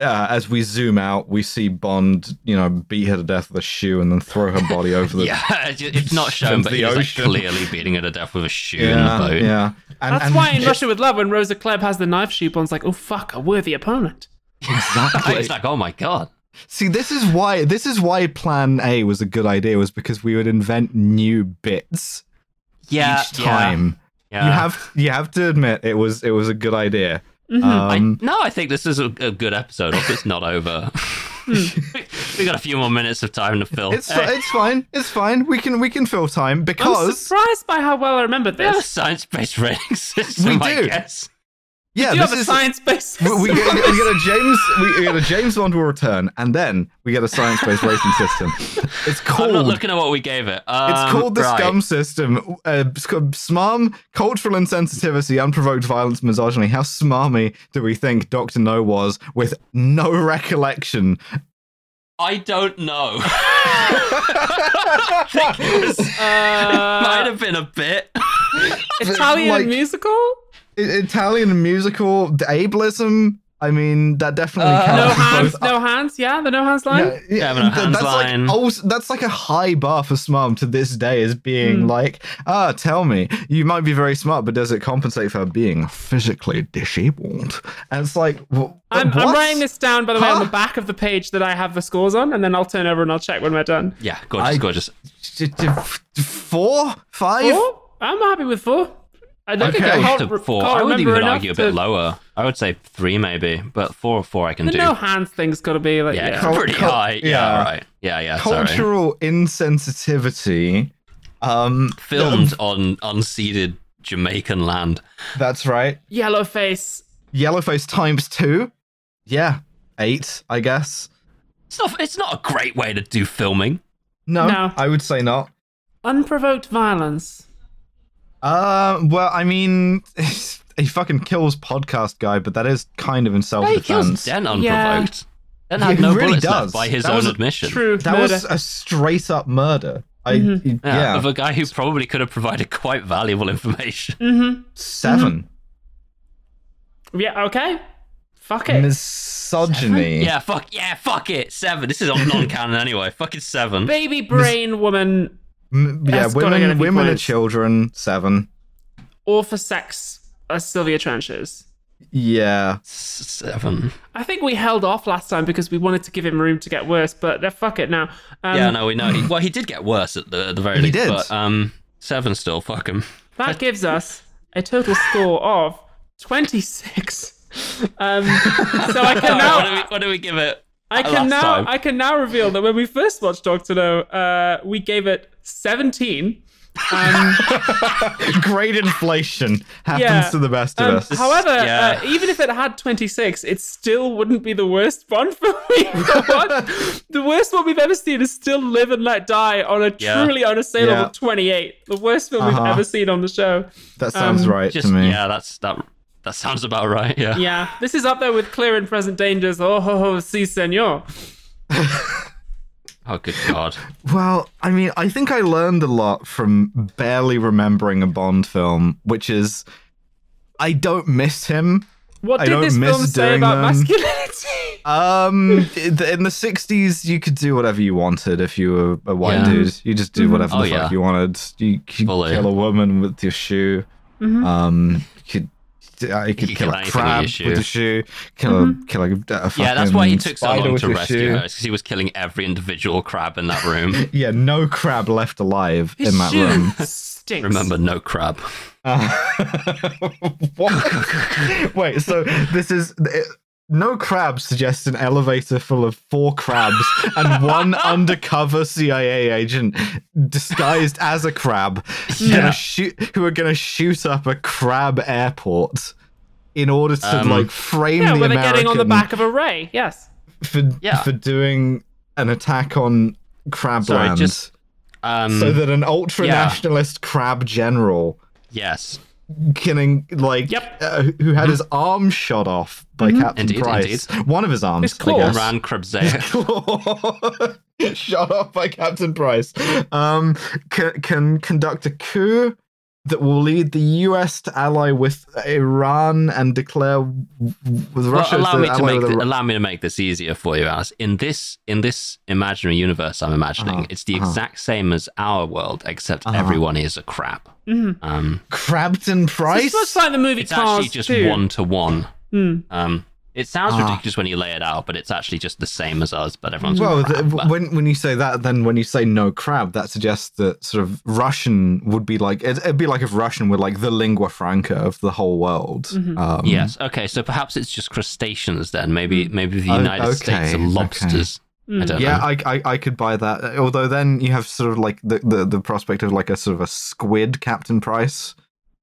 B: Uh, as we zoom out, we see Bond, you know, beat her to death with a shoe and then throw her body over the.
D: Yeah, it's not shown,
B: Into
D: but
B: the
D: he's like
B: ocean.
D: clearly beating her to death with a shoe in the
B: Yeah.
D: boat.
B: yeah. And,
E: That's
B: and
E: why in
B: it-
E: Russia with Love, when Rosa Klebb has the knife, she Bond's like, oh fuck, a worthy opponent.
D: It's
B: Exactly.
D: like, oh my god.
B: see, this is why this is why Plan A was a good idea was because we would invent new bits
D: Yeah,
B: each time.
D: Yeah, yeah.
B: You have you have to admit it was it was a good idea.
E: Mm-hmm.
D: I,
B: Um,
D: no, I think this is a, a good episode. Also, it's not over. we got a few more minutes of time to fill.
B: it's
D: Hey.
B: it's fine. It's fine. We can we can fill time
E: I'm
B: because
E: surprised by how well I remembered
D: We have a
E: this.
D: science-based rating system,
B: We
D: I
B: do.
D: guess.
B: yeah,
E: you
B: this
E: have a
B: is-
E: science based.
B: we, we get, we get a James we get a James Bond will return, and then we get a science based racing system. It's
D: I'm not
B: called
D: looking at what we gave it.
B: it's
D: Um,
B: called the
D: right.
B: Scum System. Uh, sc- smarm, cultural insensitivity, unprovoked violence, misogyny. How smarmy do we think Doctor No was with no recollection?
D: I don't know. I think it was, might
E: uh,
D: have been a bit.
E: Italian
B: like- Oh.
E: musical.
B: I- Italian musical ableism. I mean, that definitely
D: Uh,
E: No
B: counts. as
E: hands,
B: both-
E: no hands. Yeah, the no hands line.
D: Yeah, but a
B: th- that's
D: handline.
B: like also, that's like a high bar for Smarm to this day is being
E: Hmm.
B: like, ah, tell me, you might be very smart, but does it compensate for being physically disabled? And it's like, wh-
E: I'm, I'm
B: what?
E: writing this down, by the way, on
B: Huh?
E: the back of the page that I have the scores on, and then I'll turn over and I'll check when we're done.
D: Yeah, gorgeous,
B: I-
D: gorgeous.
B: D- d- f- Four, five.
E: Four? I'm happy with four. I don't think I
B: Okay.
E: can't,
D: To
E: re-
D: four.
E: can't
D: I would
E: remember
D: even
E: enough
D: argue a bit
E: to-
D: lower. I would say three maybe, but four or four I can
E: The
D: do.
E: no hands thing's got to be like
D: yeah,
E: yeah.
D: it's
B: Cul-
D: pretty
B: cul-
D: high. Yeah,
B: yeah.
D: right. Yeah, yeah. Sorry.
B: Cultural insensitivity. Um,
D: Filmed on unceded Jamaican land.
B: that's right.
E: yellow face.
B: Yellowface times two. Yeah, eight, I guess.
D: It's not. It's not a great way to do filming.
B: No,
E: No.
B: I would say not.
E: Unprovoked violence.
B: Uh, well, I mean, he fucking kills podcast guy, but that is kind of in self
D: Yeah, he kills
B: defense.
D: Den
E: Yeah.
D: unprovoked. Den
B: Yeah,
D: had
B: he
D: no
B: really
D: bullets left
B: does.
D: by his
B: That
D: own
B: was a
D: admission.
E: True.
B: That
E: murder.
B: was a straight up murder. I
D: Mm-hmm. Yeah,
B: yeah,
D: Of a guy who probably could have provided quite valuable information.
B: seven
E: yeah. Okay. Fuck it.
B: misogyny.
D: Yeah, fuck. Yeah, fuck it. Seven. This is on non-canon anyway. Fucking seven.
E: Baby brain woman.
B: M- yeah,
E: That's gotta get a
B: women,
E: few
B: women are
E: points.
B: children. Seven.
E: Or for sex. As Sylvia Trenches.
B: Yeah,
D: S- Seven.
E: I think we held off last time because we wanted to give him room to get worse, but uh, fuck it now. Um,
D: yeah, no, we know. He, well, he did get worse at the, at the very
B: He
D: least.
B: did.
D: But um, seven still. Fuck him.
E: That gives us a total score of 26. Um, so I
D: Alright, what,
E: can
D: do we,
E: now
D: what do we give it?
E: I
D: last
E: can now
D: time?
E: I can now reveal that when we first watched Doctor No, uh, we gave it 17. Um,
B: great inflation happens
E: Yeah.
B: to the best of
E: um,
B: us.
E: however,
D: yeah.
E: uh, even if it had 26, it still wouldn't be the worst Bond film we've ever watched. The worst one we've ever seen is still Live and Let Die on a
D: Yeah.
E: truly unassailable
B: Yeah.
E: 28. The worst film we've
B: Uh-huh.
E: ever seen on the show.
B: that sounds
E: um,
B: right
D: Just
B: to me.
D: yeah, that's that. That sounds about right. Yeah.
E: Yeah, this is up there with Clear and Present Dangers. Oh, ho, ho, si, senor.
D: Oh, good god.
B: Well, I mean, I think I learned a lot from barely remembering a Bond film, which is I don't miss him.
E: What
B: I
E: did
B: don't
E: this
B: miss
E: film say
B: doing
E: about
B: them.
E: masculinity?
B: Um, in the in the 60s, you could do whatever you wanted if you were a white
D: Yeah.
B: dude. You just do whatever
D: Oh,
B: the fuck
D: yeah.
B: you wanted. You could
D: Fully.
B: kill a woman with your shoe.
E: Mm-hmm.
B: Um, you could. I could
D: You
B: kill
D: kill
B: a
D: anything with
B: crab
D: your shoe.
B: with a shoe. Kill
E: Mm-hmm.
B: a kill a, a
D: Yeah, that's
B: fucking
D: why he took so
B: spider
D: long
B: with
D: to
B: your
D: rescue
B: shoe.
D: her, because he was killing every individual crab in that room.
B: Yeah, no crab left alive
E: His
B: in that
E: shoe
B: room.
E: stinks.
D: Remember, no crab.
B: Uh, what? Wait, so this is. It, no crabs suggests an elevator full of four crabs and one undercover CIA agent disguised as a crab
D: Yeah.
B: gonna shoot, who are going to shoot up a crab airport in order to
D: Um,
B: like frame
E: Yeah,
B: the
E: where they're
B: American
E: getting on the back of a ray. Yes.
B: for
D: Yeah.
B: for doing an attack on crabland
D: Sorry, just- Um,
B: so that an ultra nationalist crab general
D: yes,
B: killing like
E: Yep.
B: uh, who had his arm shot off by Captain
D: Mm-hmm.
B: Price.
D: Indeed,
B: One of his arms,
E: His
B: I
E: claw.
B: guess.
D: Ran Krebsay.
B: shot off by Captain Price. Um, can, can conduct a coup that will lead the U.S. to ally with Iran and declare w- with
D: Well,
B: Russia. as
D: allow
B: the
D: me to
B: ally
D: make
B: with
D: thi-
B: Iran.
D: allow me to make this easier for you, Alice. In this in this imaginary universe, I'm imagining
B: Uh-huh,
D: it's the
B: uh-huh.
D: exact same as our world, except
B: Uh-huh.
D: everyone is a crab.
E: Mhm.
D: Um,
B: Crabton
E: It's
B: Price.
E: much like the movie
D: it's
E: Cars
D: actually just
E: 2.
D: one to one.
E: Mm.
D: Um, it sounds
B: Ah.
D: ridiculous when you lay it out, but it's actually just the same as us. But everyone's
B: Well,
D: well,
B: th- when when you say that, then when you say no crab, that suggests that sort of Russian would be like it'd, it'd be like if Russian were like the lingua franca of the whole world.
E: Mm-hmm.
B: Um,
D: yes. Okay, so perhaps it's just crustaceans then. Maybe maybe the
B: Oh,
D: United States
B: okay,
D: are
B: okay.
D: lobsters. I don't
B: Yeah, um,
D: know.
B: I, I I could buy that. Although then you have sort of like the, the, the prospect of like a sort of a squid Captain Price.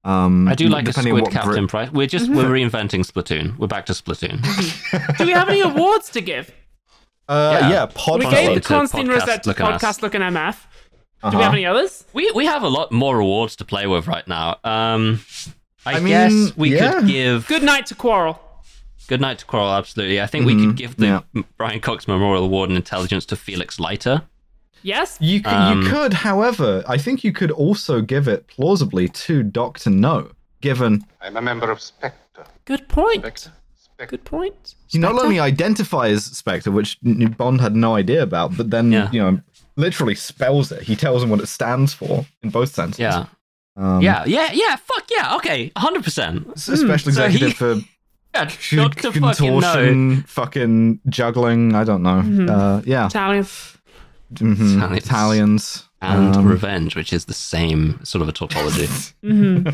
B: Um,
D: I do like a
B: depending
D: squid
B: what Brit-
D: Captain Price. We're just we're reinventing Splatoon. We're back to Splatoon.
E: Do we have any awards to give?
B: Uh,
D: Yeah.
B: yeah,
E: We
B: pod.
D: Constantine
E: gave the
D: to
E: Constantine
D: podcast
E: Rosette to
D: looking ass.
E: podcast looking MF. Do we have
B: Uh-huh.
E: any others?
D: we we have a lot more awards to play with right now. Um, I,
B: I mean,
D: guess we
B: yeah.
D: could give
E: Good night to quarrel.
D: Good Night to Quarrel. Absolutely, I think we could
B: Mhm,
D: give the
B: yeah.
D: M- Brian Cox Memorial Award in Intelligence to Felix Leiter.
E: Yes.
B: You c-
D: Um,
B: you could, however, I think you could also give it plausibly to Doctor No, given
C: I'm a member of Spectre.
E: Good point.
C: Spectre? Spectre.
E: Good point.
B: he not only identifies Spectre, which N- N- Bond had no idea about, but then
D: Yeah.
B: you know literally spells it. He tells him what it stands for in both senses.
D: Yeah,
B: Um,
D: yeah, yeah, yeah. Fuck yeah. Okay, hundred percent.
B: s- a special
D: Hmm, so he-
B: executive for
D: Yeah,
B: c-
D: Doctor fucking no.
B: contortion, fucking juggling. I don't know. Uh, yeah,
E: Italian.
B: mhm,
D: Mm-hmm. Italians.
B: Italians
D: And
B: um,
D: revenge, which is the same sort of a tautology.
E: Mhm.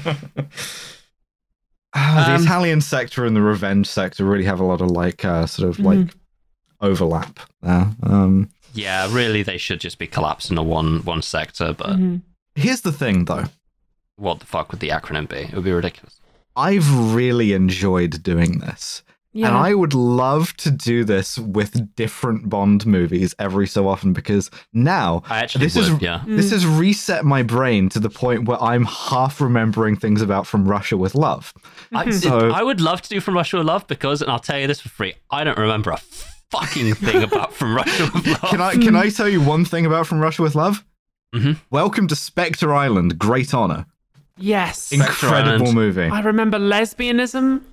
B: Ah, the
D: Um,
B: Italian sector and the revenge sector really have a lot of like uh, sort of like
D: Mm-hmm.
B: overlap there. Um,
D: yeah, really, they should just be collapsed into one one sector. But
E: Mhm.
B: here's the thing, though.
D: what the fuck would the acronym be? It would be ridiculous.
B: I've really enjoyed doing this. And
E: Yeah.
B: I would love to do this with different Bond movies every so often because now
D: I actually
B: this
D: would.
B: is
D: yeah.
B: this
E: Mm.
B: has reset my brain to the point where I'm half remembering things about From Russia with Love.
D: I, it-
B: So-
D: I would love to do From Russia with Love because, and I'll tell you this for free, I don't remember a fucking thing about From Russia with Love.
B: Can I
E: Hmm.
B: can I tell you one thing about From Russia with Love?
D: Mhm.
B: Welcome to Spectre Island. Great honor.
E: Yes.
D: Spectre
B: Incredible
D: Island.
B: movie.
E: I remember lesbianism.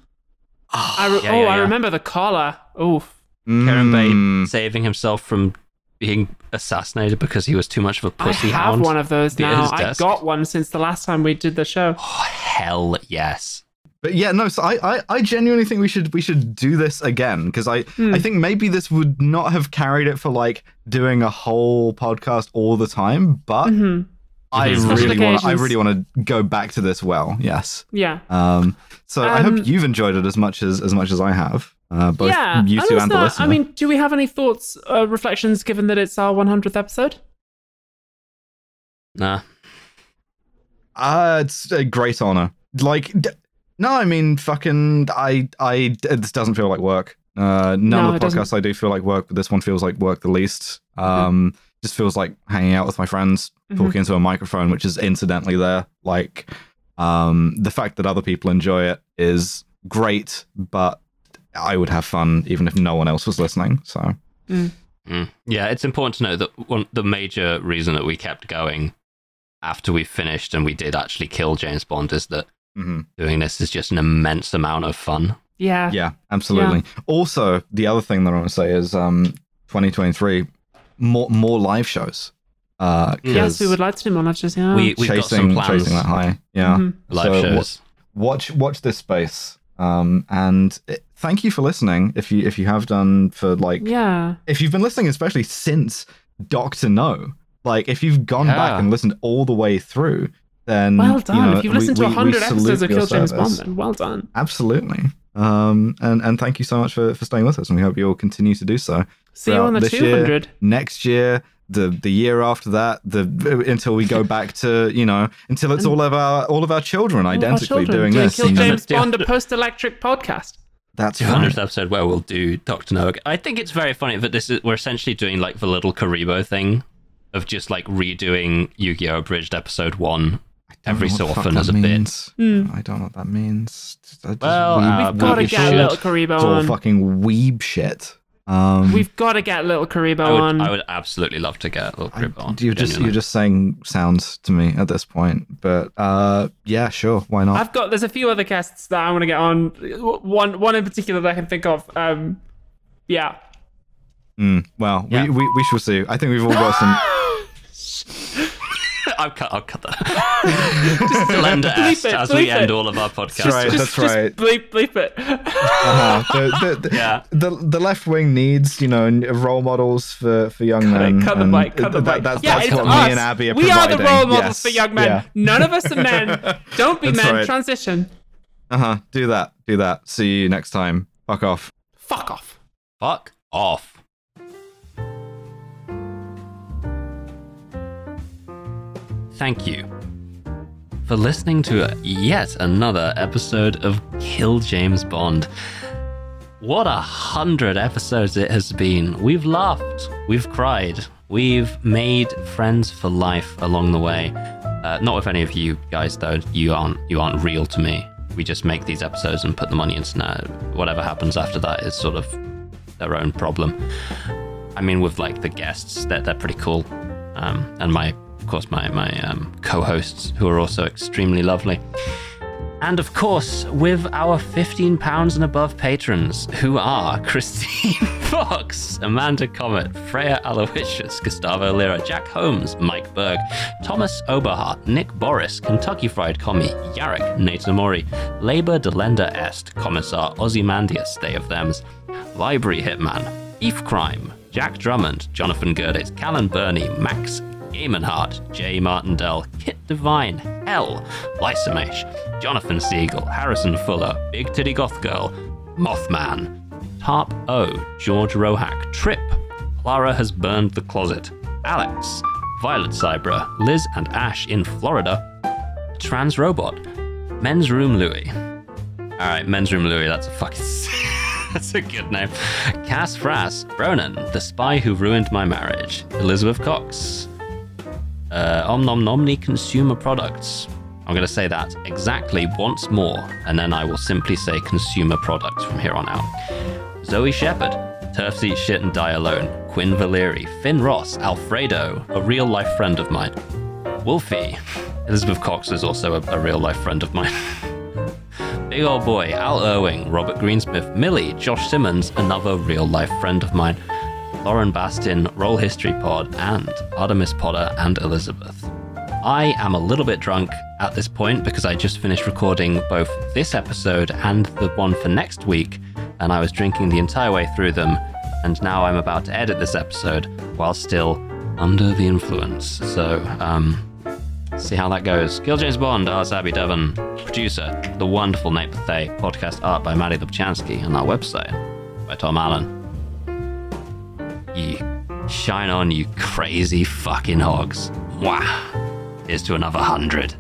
B: Ah,
E: I re-
D: yeah,
E: oh,
D: yeah,
E: I
D: yeah.
E: remember the collar. Oof.
D: Karen
B: Mm.
D: Bate saving himself from being assassinated because he was too much of a pussy
E: I have
D: hound.
E: one of those
D: near
E: now.
D: his
E: I
D: desk.
E: got one since the last time we did the show.
D: Oh, hell yes.
B: But yeah, no. So I, I, I genuinely think we should we should do this again because I
E: Hmm.
B: I think maybe this would not have carried it for like doing a whole podcast all the time, but
E: Mm-hmm.
B: I
D: Mhm.
E: Special
B: really want I
E: occasions.
B: really want to go back to this well. Yes.
E: Yeah.
B: Um. So I
E: Um,
B: hope you've enjoyed it as much as as much as I have. Uh, both
E: yeah.
B: you
E: and
B: two and the
E: also,
B: listener.
E: I mean, do we have any thoughts, uh, reflections, given that it's our 100th episode?
D: Nah.
B: Uh, it's a great honor. Like, d- no, I mean, fucking, I, I, this doesn't feel like work. Uh, none
E: No,
B: of the
E: it doesn't. Mm-hmm.
B: podcasts I do feel like work, but this one feels like work the least. Um, just feels like hanging out with my friends, talking into a microphone, which is incidentally there. Like, um, the fact that other people enjoy it is great, but I would have fun even if no one else was listening. So,
D: Mm. Yeah, it's important to know that one, the major reason that we kept going after we finished and we did actually kill James Bond is that
B: mhm.
D: doing this is just an immense amount of fun.
E: Yeah.
B: Yeah, absolutely. Also, the other thing that I want to say is um, 2023 more more live shows. Uh, 'cause
E: Mm. Yes, we would like to do more live shows. Yeah.
D: We, we've
B: Oh. chasing
D: got some
B: chasing that
D: plans.
B: high. Yeah,
E: Mhm.
D: Live
B: So, wa-
D: shows.
B: watch watch this space. Um, and it- thank you for listening. If you if you have done for like
E: yeah.
B: if you've been listening, especially since Doctor No, like if you've gone
D: Yeah.
B: back and listened all the way through, then
E: Well
B: you
E: done.
B: know,
E: if you've
B: we-
E: listened
B: we-
E: to
B: we
E: 100 episodes
B: salute
E: of
B: your
E: Kill James Bond,
B: service.
E: then well done.
B: Absolutely. Um, and, and thank you so much for, for staying with us, and we hope you'll continue to do so.
E: See you on the
B: throughout this
E: 200.
B: Year, next year, the the year after that, the until we go back to you know until it's all of our all of our children
E: All of our
B: identically
E: children
B: doing
E: do a
B: this.
E: Kill
B: you know?
E: James Bond, a post electric podcast.
B: That's
D: 200th
B: right.
D: episode where we'll do Doctor No. I think it's very funny that this is we're essentially doing like the little Karibo thing of just like redoing Yu-Gi-Oh! Abridged episode one every
B: I
D: so
B: don't know what the
D: often
B: fuck
D: as a
B: that
D: bit.
B: means. I don't know what that means. Just- I just
D: Well,
B: weeb-
D: uh,
E: Hmm. We've
D: we-
E: got to
D: we
E: get
D: should.
E: Little Karibo
B: it's all
E: on.
B: fucking weeb shit. Um,
E: We've got to get Little Karibo
D: I would,
E: on.
D: I would absolutely love to get a little
B: I-
D: Karibo on.
B: you're just
D: genuinely.
B: you're just saying sounds to me at this point, but uh, yeah, sure, why not?
E: I've got there's a few other guests that I want to get on. One one in particular that I can think of. Um, yeah.
B: Mm, well,
D: Yeah.
B: we, we we shall see. I think we've all got some.
D: I'll cut. I'll cut that. just to lend it
E: Bleep it,
D: as we
E: bleep
D: end
E: it.
D: all of our podcasts.
B: That's right. That's
E: Just- just
B: right.
E: Bleep bleep it.
B: Uh-huh. The, the, the,
D: Yeah.
B: the, the left wing needs, you know, n- role models for, for young
E: Cut
B: men.
E: it, cut the
B: and
E: mic, cut the
B: th- that-
E: mic.
B: that's
E: yeah,
B: that's
E: it's
B: what
E: us.
B: me and Abby are
E: we are the
B: providing.
E: role models
B: Yes.
E: for young men.
B: Yeah.
E: None of us are men. Don't be
B: That's
E: men.
B: right.
E: Transition.
B: Uh-huh. Do that. Do that. See you next time. Fuck off.
E: Fuck off.
D: Fuck off. Thank you for listening to yet another episode of Kill James Bond. What a hundred episodes it has been. We've laughed, we've cried, we've made friends for life along the way. Uh, not with any of you guys though. You aren't you aren't real to me. We just make these episodes and put the money into now. Whatever happens after that is sort of their own problem. I mean, with like the guests, they're, they're pretty cool. Um, and my, of course, my, my um, co hosts, who are also extremely lovely. And of course, with our £15 and above patrons, who are Christine Fox, Amanda Comet, Freya Aloysius, Gustavo Lira, Jack Holmes, Mike Berg, Thomas Oberhart, Nick Boris, Kentucky Fried Commie, Yarrick, Nathan Mori, Labour Delenda Est, Commissar Ozymandias, Day of Thems, Library Hitman, Eve Crime, Jack Drummond, Jonathan Gerdes, Callan Burney, Max Gaimanhart, Jay Martindale, Kit Devine, L, Lysamesh, Jonathan Siegel, Harrison Fuller, Big Titty Goth Girl, Mothman, Tarp O, George Rohack, Trip, Clara has burned the closet, Alex, Violet Cybra, Liz and Ash in Florida, Trans Robot, Men's Room Louie. All right, Men's Room Louie, that's a fucking. That's a good name. Cass Frass, Ronan, the spy who ruined my marriage. Elizabeth Cox, uh, Omnom Nomni Consumer Products. I'm going to say that exactly once more, and then I will simply say consumer products from here on out. Zoe Shepherd, Turfs Eat Shit and Die Alone, Quinn Valeri, Finn Ross, Alfredo, a real life friend of mine, Wolfie. Elizabeth Cox is also a, a real life friend of mine. Big Old Boy, Al Irving, Robert Greensmith, Millie, Josh Simmons, another real life friend of mine, Lauren Bastin, Roll History Pod, and Artemis Potter and Elizabeth. I am a little bit drunk at this point because I just finished recording both this episode and the one for next week, and I was drinking the entire way through them, and now I'm about to edit this episode while still under the influence. So, um, See how that goes. Kill James Bond, Arts Abby Devon, producer, the wonderful Nate Pathé, podcast art by Maddie Lubchansky, and our website by Tom Allen. You shine on, you crazy fucking hogs. Mwah. Here's to another hundred.